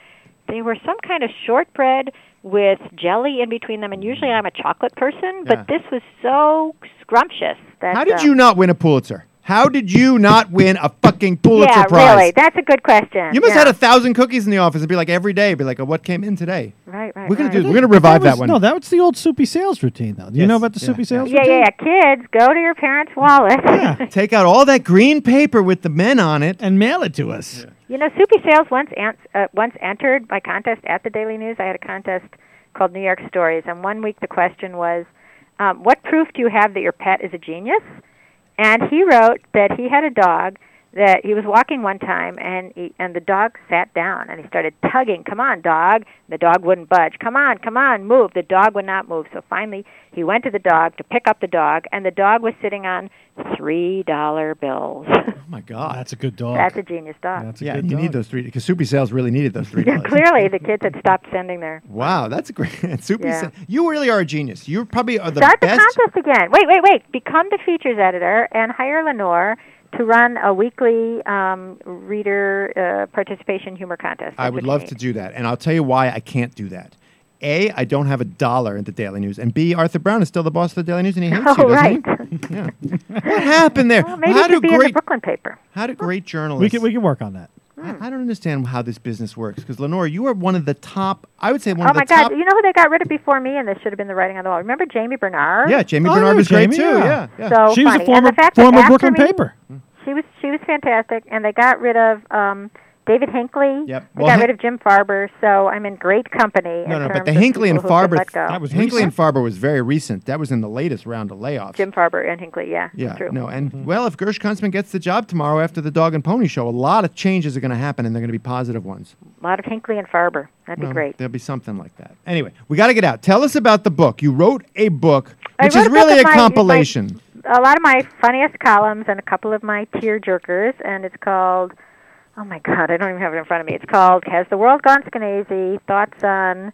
Speaker 4: they were some kind of shortbread with jelly in between them. And usually I'm a chocolate person, but
Speaker 1: Yeah.
Speaker 4: this was so scrumptious. That,
Speaker 1: How did
Speaker 4: um,
Speaker 1: you not win a Pulitzer? How did you not win a fucking Pulitzer
Speaker 4: Yeah,
Speaker 1: Prize?
Speaker 4: really. That's a good question.
Speaker 1: You must
Speaker 4: yeah.
Speaker 1: have had a thousand cookies in the office and be like every day, be like, oh, what came in today?
Speaker 4: Right, right.
Speaker 1: We're gonna
Speaker 4: right.
Speaker 1: do. We're gonna revive that,
Speaker 2: was-
Speaker 1: one.
Speaker 2: No, that was the old soupy sales routine, though. Do you
Speaker 1: Yes,
Speaker 2: know about the
Speaker 1: yeah,
Speaker 2: soupy
Speaker 1: yeah.
Speaker 2: sales
Speaker 4: Yeah,
Speaker 2: routine?
Speaker 4: yeah, yeah. Kids, go to your parents' wallet. (laughs)
Speaker 1: Take out all that green paper with the men on it.
Speaker 2: And mail it to us.
Speaker 4: You know, Soupy Sales once an- uh, once entered my contest at the Daily News. I had a contest called New York Stories, and one week the question was, um, "What proof do you have that your pet is a genius?" And he wrote that he had a dog that he was walking one time, and he, and the dog sat down, and he started tugging, "Come on, dog!" The dog wouldn't budge. "Come on, come on, move!" The dog would not move. So finally, he went to the dog to pick up the dog, and the dog was sitting on three dollar bills. (laughs)
Speaker 1: Oh my god.
Speaker 2: That's a good dog.
Speaker 4: That's a genius dog.
Speaker 2: That's a
Speaker 1: yeah,
Speaker 2: good
Speaker 1: you
Speaker 2: dog.
Speaker 1: need those three because Soupy Sales really needed those three
Speaker 4: (laughs) Yeah,
Speaker 1: dollars.
Speaker 4: clearly the kids had stopped sending their.
Speaker 1: Wow, that's a great. (laughs) And Soupy
Speaker 4: Yeah.
Speaker 1: Sa- you really are a genius. You probably are the
Speaker 4: Start the
Speaker 1: best.
Speaker 4: contest again. Wait, wait, wait. Become the features editor and hire Lenore to run a weekly um, reader uh, participation humor contest.
Speaker 1: I would
Speaker 4: That's what you
Speaker 1: love
Speaker 4: need.
Speaker 1: to do that, and I'll tell you why I can't do that. A, I don't have a dollar at the Daily News, and B, Arthur Brown is still the boss of the Daily News, and he hates you,
Speaker 4: (laughs) Oh,
Speaker 1: doesn't
Speaker 4: right.
Speaker 1: he? What happened there?
Speaker 4: Well, maybe
Speaker 1: how
Speaker 4: it
Speaker 1: do
Speaker 4: could be in the
Speaker 1: great
Speaker 4: Brooklyn paper.
Speaker 1: how do great journalists?
Speaker 2: We can we can work on that.
Speaker 1: I, I don't understand how this business works because Lenore, you are one of the top. I would say one
Speaker 4: Oh
Speaker 1: of the
Speaker 4: my God!
Speaker 1: top.
Speaker 4: You know who they got rid of before me, and this should have been the writing on the wall. Remember Jamie Bernard?
Speaker 1: yeah, Jamie
Speaker 2: Oh, I
Speaker 1: Bernard
Speaker 2: know
Speaker 1: was great
Speaker 2: Jamie,
Speaker 1: too.
Speaker 2: yeah.
Speaker 1: Yeah, yeah.
Speaker 4: So
Speaker 2: she was
Speaker 4: funny.
Speaker 2: a
Speaker 4: and
Speaker 2: former
Speaker 4: the fact that
Speaker 2: former
Speaker 4: after
Speaker 2: Brooklyn
Speaker 4: me,
Speaker 2: paper.
Speaker 4: She was she was fantastic, and they got rid of um, David Hinckley.
Speaker 1: Yep.
Speaker 4: They
Speaker 1: Well,
Speaker 4: got
Speaker 1: Hin-
Speaker 4: rid of Jim Farber. So I'm in great company.
Speaker 1: no,
Speaker 4: in
Speaker 1: no,
Speaker 4: terms
Speaker 1: but the
Speaker 4: of
Speaker 1: Hinckley and
Speaker 4: people who have been
Speaker 1: Farber.
Speaker 4: let go.
Speaker 2: That was
Speaker 1: Hinckley and
Speaker 2: recent.
Speaker 1: Farber was very recent. That was in the latest round of layoffs.
Speaker 4: Jim Farber and Hinckley. Yeah,
Speaker 1: yeah,
Speaker 4: true.
Speaker 1: no, and
Speaker 2: Mm-hmm.
Speaker 1: well, if Gersh Kunstman gets the job tomorrow after the Dog and Pony Show, a lot of changes are going to happen, and they're going to be positive ones.
Speaker 4: A lot of Hinckley and Farber. That'd be
Speaker 1: Well,
Speaker 4: great.
Speaker 1: There'll be something like that. Anyway, we got to get out. Tell us about the book. You wrote a book,
Speaker 4: I
Speaker 1: which
Speaker 4: wrote
Speaker 1: is
Speaker 4: a book
Speaker 1: really
Speaker 4: of
Speaker 1: a
Speaker 4: my- my-
Speaker 1: compilation.
Speaker 4: A lot of my funniest columns and a couple of my tear jerkers, and it's called. Oh my God, I don't even have it in front of me. It's called "Has the World Gone Skenazy?" Thoughts on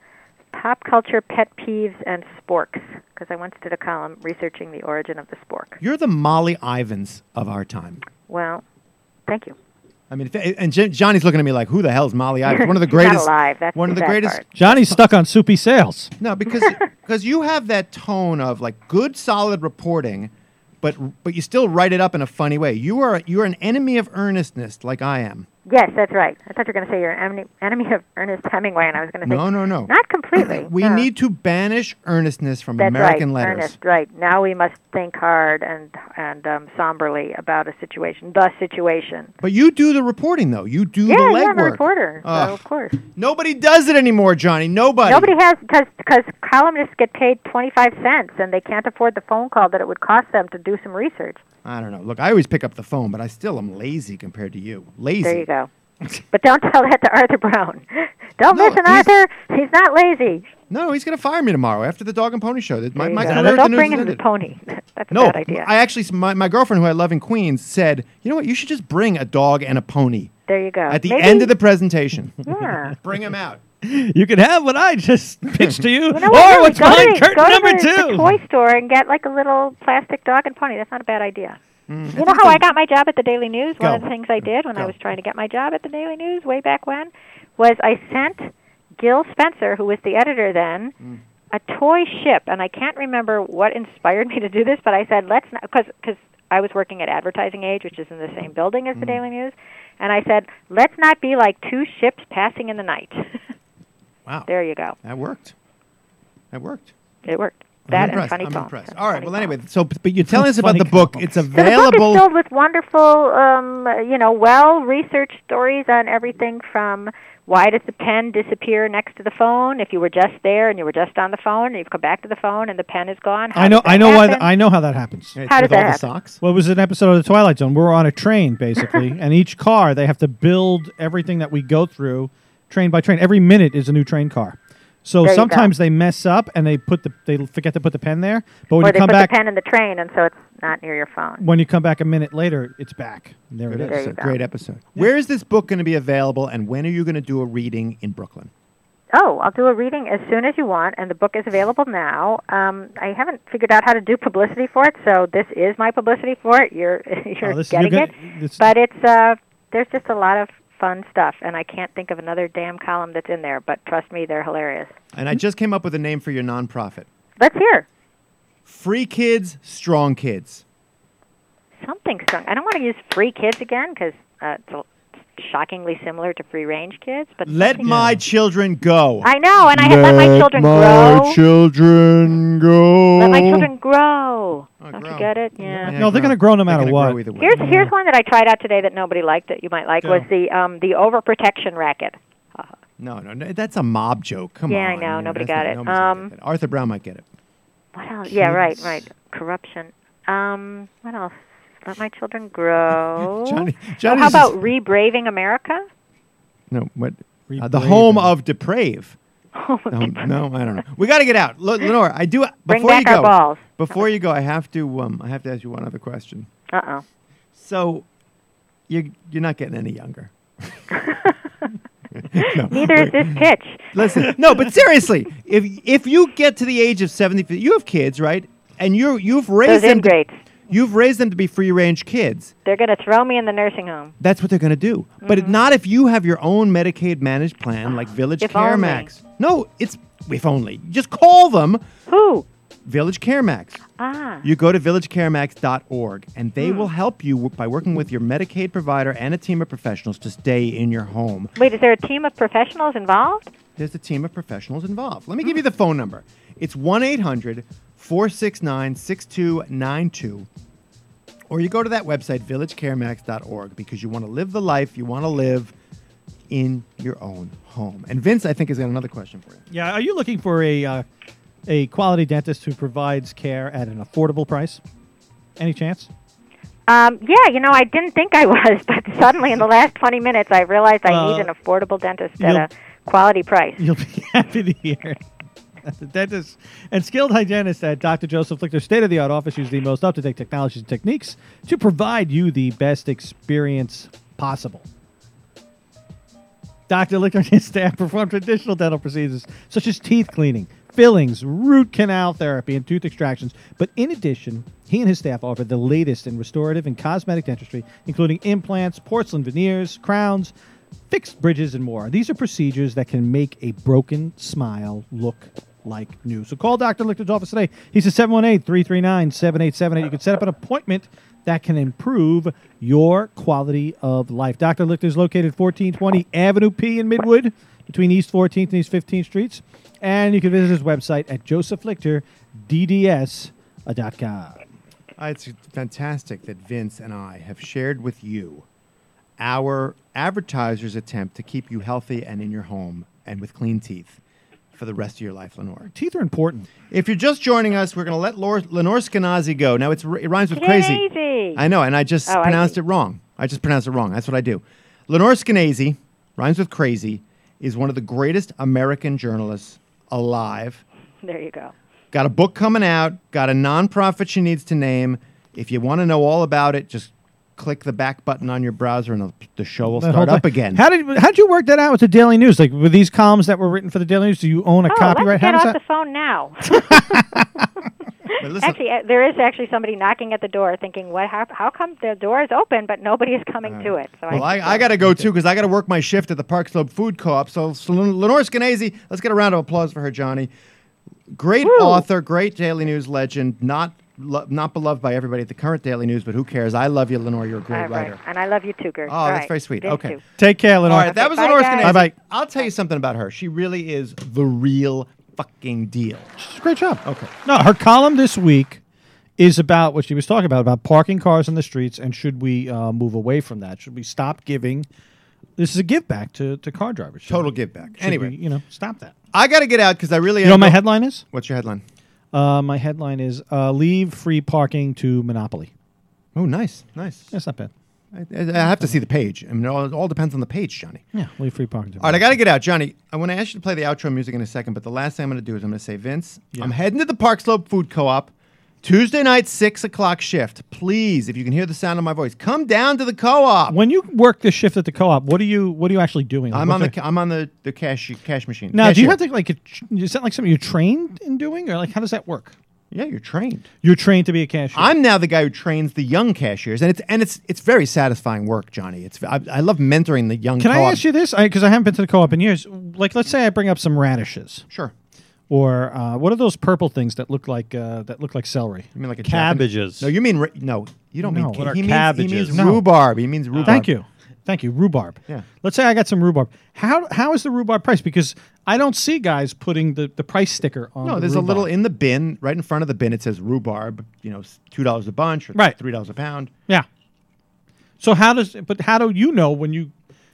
Speaker 4: pop culture pet peeves and sporks. Because I once did a column researching the origin of the spork.
Speaker 1: You're the Molly Ivans of our time.
Speaker 4: Well, thank you.
Speaker 1: I mean, if, and Jo- Johnny's looking at me like, "Who the hell's Molly Ivins?"
Speaker 4: (laughs)
Speaker 1: One of the
Speaker 4: She's not
Speaker 1: greatest.
Speaker 4: alive. That's
Speaker 1: one
Speaker 4: the
Speaker 1: of the
Speaker 4: sad
Speaker 1: greatest.
Speaker 4: part.
Speaker 2: Johnny's stuck on soupy sales. (laughs)
Speaker 1: No,
Speaker 4: (laughs)
Speaker 1: because because you have that tone of like good, solid reporting, but but you still write it up in a funny way. You are you are an enemy of earnestness, like I am.
Speaker 4: Yes, that's right. I thought you were going to say you're an enemy, enemy of Ernest Hemingway, and I was going to say
Speaker 1: No, no, no.
Speaker 4: not completely.
Speaker 1: we
Speaker 4: no.
Speaker 1: need to banish earnestness from
Speaker 4: That's
Speaker 1: American
Speaker 4: right,
Speaker 1: letters.
Speaker 4: Ernest, right. Now we must think hard and and um, somberly about a situation, the situation.
Speaker 1: But you do the reporting, though. You do the
Speaker 4: yeah, yeah,
Speaker 1: legwork. Ah.
Speaker 4: I'm a reporter,
Speaker 1: Ugh.
Speaker 4: so of course.
Speaker 1: Nobody does it anymore, Johnny. Nobody.
Speaker 4: Nobody has because because columnists get paid twenty five cents, and they can't afford the phone call that it would cost them to do some research.
Speaker 1: I don't know. Look, I always pick up the phone, but I still am lazy compared to you. Lazy.
Speaker 4: There
Speaker 1: (laughs)
Speaker 4: you go. But don't tell that to Arthur Brown. (laughs) Don't
Speaker 1: No,
Speaker 4: listen,
Speaker 1: he's-
Speaker 4: Arthur. He's not lazy.
Speaker 1: No, he's going to fire me tomorrow after the dog and pony show. That my,
Speaker 4: There you
Speaker 1: my
Speaker 4: go.
Speaker 1: career at the
Speaker 4: don't
Speaker 1: news
Speaker 4: bring
Speaker 1: has
Speaker 4: him the
Speaker 1: ended.
Speaker 4: pony. (laughs) That's a
Speaker 1: No,
Speaker 4: bad idea.
Speaker 1: I actually, my, my girlfriend who I love in Queens said, you know what? You should just bring a dog and a pony
Speaker 4: there you go.
Speaker 1: at the
Speaker 4: Maybe-
Speaker 1: end of the presentation. (laughs)
Speaker 4: yeah.
Speaker 1: bring him out.
Speaker 3: You can have what I
Speaker 4: (laughs)
Speaker 3: just pitched to you,
Speaker 4: You know what,
Speaker 3: or
Speaker 4: really,
Speaker 3: what's
Speaker 4: go
Speaker 3: behind
Speaker 4: to,
Speaker 3: curtain
Speaker 4: go
Speaker 3: number
Speaker 4: to the,
Speaker 3: two.
Speaker 4: the toy store and get like a little plastic dog and pony. That's not a bad idea.
Speaker 3: Mm.
Speaker 4: you know how I got my job at the Daily News? One of
Speaker 1: Go.
Speaker 4: the things I did when I
Speaker 1: Go.
Speaker 4: was trying to get my job at the Daily News way back when was I sent Gil Spencer, who was the editor then,
Speaker 3: Mm.
Speaker 4: a toy ship, and I can't remember what inspired me to do this, but I said let's not because because I was working at Advertising Age, which is in the same building as
Speaker 3: Mm.
Speaker 4: the Daily News, and I said let's not be like two ships passing in the night. (laughs)
Speaker 1: Wow.
Speaker 4: there you go.
Speaker 1: That worked. That worked.
Speaker 4: It worked.
Speaker 1: I'm
Speaker 4: That and
Speaker 1: impressed.
Speaker 4: funny
Speaker 1: I'm
Speaker 4: poems.
Speaker 1: impressed.
Speaker 4: And
Speaker 1: All right.
Speaker 4: funny
Speaker 1: Well,
Speaker 4: poems.
Speaker 1: anyway, so but you're telling us about
Speaker 2: Funny
Speaker 1: the book. It's
Speaker 2: comics.
Speaker 4: So the book
Speaker 1: available.
Speaker 4: is filled with wonderful, um, you know, well-researched stories on everything from why does the pen disappear next to the phone? If you were just there and you were just on the phone, and you've come back to the phone and the pen is gone. How
Speaker 2: I know.
Speaker 4: does that
Speaker 2: I know why.
Speaker 4: happen?
Speaker 2: th- I know how that happens.
Speaker 1: It's
Speaker 4: How
Speaker 1: with
Speaker 4: did
Speaker 1: all
Speaker 4: that
Speaker 1: the
Speaker 4: happen?
Speaker 1: socks.
Speaker 2: Well, it was an episode of the Twilight Zone. We're on a train,
Speaker 4: (laughs)
Speaker 2: basically, and each car they have to build everything that we go through, train by train. Every minute is a new train car. So
Speaker 4: There you go.
Speaker 2: sometimes they mess up and they put the they forget to put the pen there. But when
Speaker 4: or
Speaker 2: you
Speaker 4: they
Speaker 2: come
Speaker 4: put
Speaker 2: back,
Speaker 4: the pen in the train, and so it's not near your phone.
Speaker 2: when you come back a minute later, it's back. And There it
Speaker 1: Good
Speaker 2: is.
Speaker 4: There you
Speaker 1: episode.
Speaker 4: go.
Speaker 1: Great episode. Where is this book going to be available, and when are you going to do a reading in Brooklyn?
Speaker 4: Oh, I'll do a reading as soon as you want, and the book is available now. Um, I haven't figured out how to do publicity for it, so this is my publicity for it. You're (laughs) you're
Speaker 2: Oh, this- you're
Speaker 4: getting
Speaker 2: good-
Speaker 4: it,
Speaker 2: this-
Speaker 4: but it's uh, there's just a lot of fun stuff, and I can't think of another damn column that's in there. But trust me, they're hilarious.
Speaker 1: And I just came up with a name for your nonprofit:
Speaker 4: Let's hear
Speaker 1: Free Kids, Strong Kids.
Speaker 4: something strong. I don't want to use free kids again because uh, it's a- it's shockingly similar to free range kids. But
Speaker 1: Let
Speaker 4: something-
Speaker 1: my children go.
Speaker 4: I know, and I had let my children grow.
Speaker 1: children go.
Speaker 4: let my children grow. don't
Speaker 1: Oh, grow.
Speaker 4: you get it? Yeah.
Speaker 2: No, they're gonna grow no matter
Speaker 1: gonna
Speaker 2: what.
Speaker 1: grow either way.
Speaker 4: Here's here's one that I tried out today that nobody liked that you might like was the um the overprotection racket.
Speaker 1: no, no, no, that's a mob joke. Come
Speaker 4: Yeah, I
Speaker 1: on.
Speaker 4: know.
Speaker 1: you
Speaker 4: Nobody
Speaker 1: that's
Speaker 4: got
Speaker 1: not-
Speaker 4: it.
Speaker 1: nobody's gonna
Speaker 4: Um,
Speaker 1: get that. Arthur Brown might get it.
Speaker 4: What else? Yeah, right, right. Corruption. Um, what else? Let my children grow.
Speaker 1: (laughs) Johnny-
Speaker 4: Oh,
Speaker 1: Johnny's
Speaker 4: how
Speaker 1: just-
Speaker 4: about rebraving America?
Speaker 1: No, what?
Speaker 2: Re-
Speaker 1: Uh, the
Speaker 2: brave
Speaker 1: home
Speaker 2: and-
Speaker 1: of deprave.
Speaker 4: Oh,
Speaker 1: No, no, I don't know. We got to get out. Look, Lenore, I do.
Speaker 4: Bring
Speaker 1: before you
Speaker 4: back our
Speaker 1: go,
Speaker 4: balls.
Speaker 1: Before you go, I have to. Um, I have to ask you one other question.
Speaker 4: Uh
Speaker 1: (laughs)
Speaker 4: oh.
Speaker 1: So, you you're not getting any
Speaker 4: (laughs)
Speaker 1: younger. (laughs) no.
Speaker 4: Neither is this pitch.
Speaker 1: Listen, no, but seriously, if if you get to the age of seventy, you have kids, right? And you you've
Speaker 4: Those
Speaker 1: raised them. To,
Speaker 4: ingrates.
Speaker 1: you've raised them to be free range kids.
Speaker 4: They're going to throw me in the nursing home.
Speaker 1: That's what they're going to do. But
Speaker 4: Mm-hmm.
Speaker 1: it, not if you have your own Medicaid managed plan like Village
Speaker 4: If
Speaker 1: Care
Speaker 4: only.
Speaker 1: Max. No, it's if only. Just call them
Speaker 4: Who?
Speaker 1: Village Care Max.
Speaker 4: Ah.
Speaker 1: You go to villagecaremax.org and they will help you w- by working with your Medicaid provider and a team of professionals to stay in your home.
Speaker 4: Wait, is there a team of professionals involved?
Speaker 1: There's a team of professionals involved. Let me give you the phone number. It's 1 800 469 6292. Or you go to that website, villagecaremax.org, because you want to live the life you want to live in your own home. And Vince, I think, has got another question for you.
Speaker 2: Yeah. Are you looking for a uh, a quality dentist who provides care at an affordable price? Any chance?
Speaker 4: Um, yeah, you know, I didn't think I (laughs) was, but suddenly in the last 20 minutes, I realized I need
Speaker 2: Uh,
Speaker 4: an affordable dentist
Speaker 2: you'll-
Speaker 4: at a quality price.
Speaker 2: You'll be (laughs) happy to hear. that The dentist and skilled hygienist at Dr. Joseph Lichter's state of the art office use the most up to date technologies and techniques to provide you the best experience possible. Dr. Lichter and his staff perform traditional dental procedures such as teeth cleaning, fillings, root canal therapy, and tooth extractions. But in addition, he and his staff offer the latest in restorative and cosmetic dentistry, including implants, porcelain veneers, crowns, fixed bridges, and more. These are procedures that can make a broken smile look like new. So call Dr. Lichter's office today. He says 718 339 7878. You can set up an appointment that can improve your quality of life. Dr. Lichter is located 1420 Avenue P in Midwood between East 14th and East 15th Streets. And you can visit his website at josephlichterdds.com.
Speaker 1: Uh, It's fantastic that Vince and I have shared with you our advertisers' attempt to keep you healthy and in your home and with clean teeth for the rest of your life, Lenore.
Speaker 2: Teeth are important.
Speaker 1: If you're just joining us, we're going to let Lor- Lenore Skenazi go. Now, it's, it rhymes with crazy.
Speaker 4: Crazy.
Speaker 1: I know, and I just
Speaker 4: Oh, I
Speaker 1: pronounced
Speaker 4: see.
Speaker 1: it wrong. I just pronounced it wrong. That's what I do. Lenore Skenazy, rhymes with crazy, is one of the greatest American journalists alive.
Speaker 4: There you go.
Speaker 1: Got a book coming out, got a nonprofit she needs to name. If you want to know all about it, just click the back button on your browser and the- the show will
Speaker 2: That whole
Speaker 1: start up
Speaker 2: thing.
Speaker 1: again.
Speaker 2: How did how did you work that out with the Daily News? Like with these columns that were written for the Daily News, do you own a
Speaker 4: Oh,
Speaker 2: copyright?
Speaker 4: let's
Speaker 2: How
Speaker 4: get
Speaker 2: does
Speaker 4: off
Speaker 2: that?
Speaker 4: the phone now.
Speaker 1: But listen,
Speaker 4: actually, uh, there is actually somebody knocking at the door, thinking, "What? How, how come the door is open but nobody is coming to it?" So
Speaker 1: Uh, well,
Speaker 4: I,
Speaker 1: I, I got to go too because I got to work my shift at the Park Slope Food Co-op. So, so Len- Lenore Skenazy, let's get a round of applause for her, Johnny. Great author, great Daily News legend, not lo- not beloved by everybody at the current Daily News, but who cares? I love you, Lenore. You're a great
Speaker 4: All right.
Speaker 1: writer.
Speaker 4: and I love you too, Gert.
Speaker 1: Oh,
Speaker 4: All
Speaker 1: that's
Speaker 4: right.
Speaker 1: very sweet.
Speaker 4: Vince,
Speaker 1: Okay.
Speaker 4: too.
Speaker 2: Take care, Lenore.
Speaker 1: All right, that was
Speaker 4: Bye,
Speaker 1: Lenore
Speaker 4: guys.
Speaker 1: Skenazy.
Speaker 2: Bye-bye.
Speaker 1: I'll tell you something about her. She really is the real fucking deal.
Speaker 2: Great job. Okay. No, her column this week is about what she was talking about about parking cars on the streets and should we uh, move away from that? Should we stop giving? This is a give back to, to car drivers. Should-
Speaker 1: Total give back.
Speaker 2: should
Speaker 1: Anyway,
Speaker 2: we, you know, stop that.
Speaker 1: I got to get out because I really.
Speaker 2: You know, what my headline is.
Speaker 1: What's your headline?
Speaker 2: Uh, my headline is uh, "Leave Free Parking to Monopoly."
Speaker 1: Oh, nice, nice.
Speaker 2: That's not bad.
Speaker 1: I, I I have to see the page. I mean, it all, it all depends on the page, Johnny.
Speaker 2: Yeah, leave free parking to.
Speaker 1: All right, I got to get out, Johnny. I want to ask you to play the outro music in a second, but the last thing I'm going to do is I'm going to say, Vince, I'm heading to the Park Slope Food Co-op Tuesday night, six o'clock shift. Please, if you can hear the sound of my voice, come down to the co-op.
Speaker 2: when you work the shift at the co-op, what are you what are you actually doing? Like,
Speaker 1: I'm
Speaker 2: what
Speaker 1: on the
Speaker 2: the-
Speaker 1: ca- I'm on the the cash cash machine.
Speaker 2: Now, do you
Speaker 1: Cashier.
Speaker 2: have to like it- is that like something you're trained in doing, or like how does that work?
Speaker 1: Yeah, you're trained.
Speaker 2: You're trained to be a cashier.
Speaker 1: I'm now the guy who trains the young cashiers, and it's and it's it's very satisfying work, Johnny. It's I, I love mentoring the young.
Speaker 2: Can I
Speaker 1: co-op-
Speaker 2: ask you this? Because I, haven't been to the co-op in years. Like, let's say I bring up some radishes,
Speaker 1: Sure.
Speaker 2: or uh, what are those purple things that look like uh, that look like celery?
Speaker 1: You mean like a
Speaker 3: Cabbages.
Speaker 1: Japanese- No, you mean ra- no. You don't
Speaker 2: No.
Speaker 1: mean.
Speaker 2: What
Speaker 1: ca-
Speaker 3: are
Speaker 1: he means, He means
Speaker 3: cabbages?
Speaker 2: No. Uh,
Speaker 1: rhubarb. He means rhubarb.
Speaker 2: Thank you, thank you. Rhubarb.
Speaker 1: Yeah.
Speaker 2: Let's say I got some rhubarb. How how is the rhubarb price? Because I don't see guys putting the, the price sticker on.
Speaker 1: No,
Speaker 2: the
Speaker 1: there's a
Speaker 2: rhubarb.
Speaker 1: little in the bin right in front of the bin. It says rhubarb. You know, s- two dollars a bunch or
Speaker 2: Right.
Speaker 1: three dollars a pound.
Speaker 2: Yeah. So how does? But how do you know when you?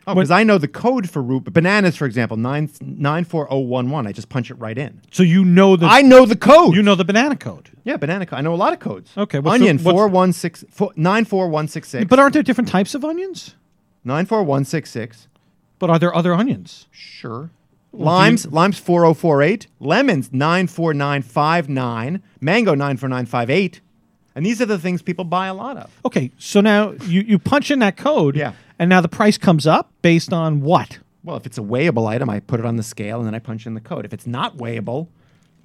Speaker 1: Oh,
Speaker 2: when-
Speaker 1: because I know the code for rhubarb. Bananas, for example, nine nine four zero one one. I just punch it right in.
Speaker 2: so you know the
Speaker 1: I know the code.
Speaker 2: you know the banana code.
Speaker 1: Yeah, banana. Co- I know a lot of codes.
Speaker 2: Okay, what's the-
Speaker 1: Onion
Speaker 2: what's-
Speaker 1: four one six four nine four one six six
Speaker 2: But aren't there different types of onions?
Speaker 1: nine four one six six.
Speaker 2: But are there other onions?
Speaker 1: Sure. Limes, limes 4048, lemons 94959, mango 94958. And these are the things people buy a lot of.
Speaker 2: Okay, so now you, you punch in that code,
Speaker 1: Yeah.
Speaker 2: and now the price comes up based on what?
Speaker 1: Well, if it's a weighable item, I put it on the scale and then I punch in the code. If it's not weighable,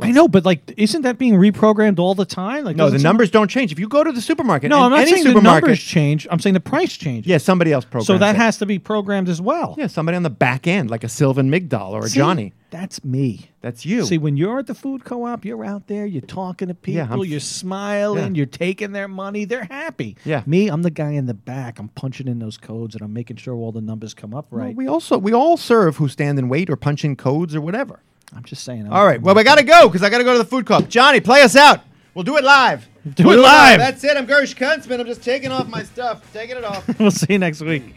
Speaker 2: I know, but like, isn't that being reprogrammed all the time? Like,
Speaker 1: no,
Speaker 2: doesn't
Speaker 1: the
Speaker 2: some-
Speaker 1: numbers don't change. If you go to the supermarket,
Speaker 2: No,
Speaker 1: and
Speaker 2: I'm not
Speaker 1: any
Speaker 2: saying the
Speaker 1: supermarket,
Speaker 2: numbers change. I'm saying the price changes.
Speaker 1: yeah, somebody else programs.
Speaker 2: So that
Speaker 1: it.
Speaker 2: has to be programmed as well.
Speaker 1: yeah, somebody on the back end, like a Sylvan Migdal or a
Speaker 2: See,
Speaker 1: Johnny.
Speaker 2: That's me.
Speaker 1: That's you.
Speaker 2: See, when you're at the food co-op, you're out there, you're talking to
Speaker 1: Yeah, I'm
Speaker 2: people,
Speaker 1: f-
Speaker 2: you're smiling,
Speaker 1: yeah.
Speaker 2: you're taking their money, they're happy.
Speaker 1: Yeah.
Speaker 2: Me, I'm the guy in the back. I'm punching in those codes and I'm making sure all the numbers come up
Speaker 1: Well,
Speaker 2: right.
Speaker 1: we also we all serve who stand and wait or punch in codes or whatever.
Speaker 2: I'm just saying. I'm-
Speaker 1: All right.
Speaker 2: I'm (laughs)
Speaker 1: Well, we got to go because I got to go to the food club. Johnny, play us out. We'll do it live.
Speaker 2: Do it live.
Speaker 1: That's it. I'm Gersh Kuntzman. I'm just taking off my stuff, taking it off.
Speaker 2: we'll see you next week.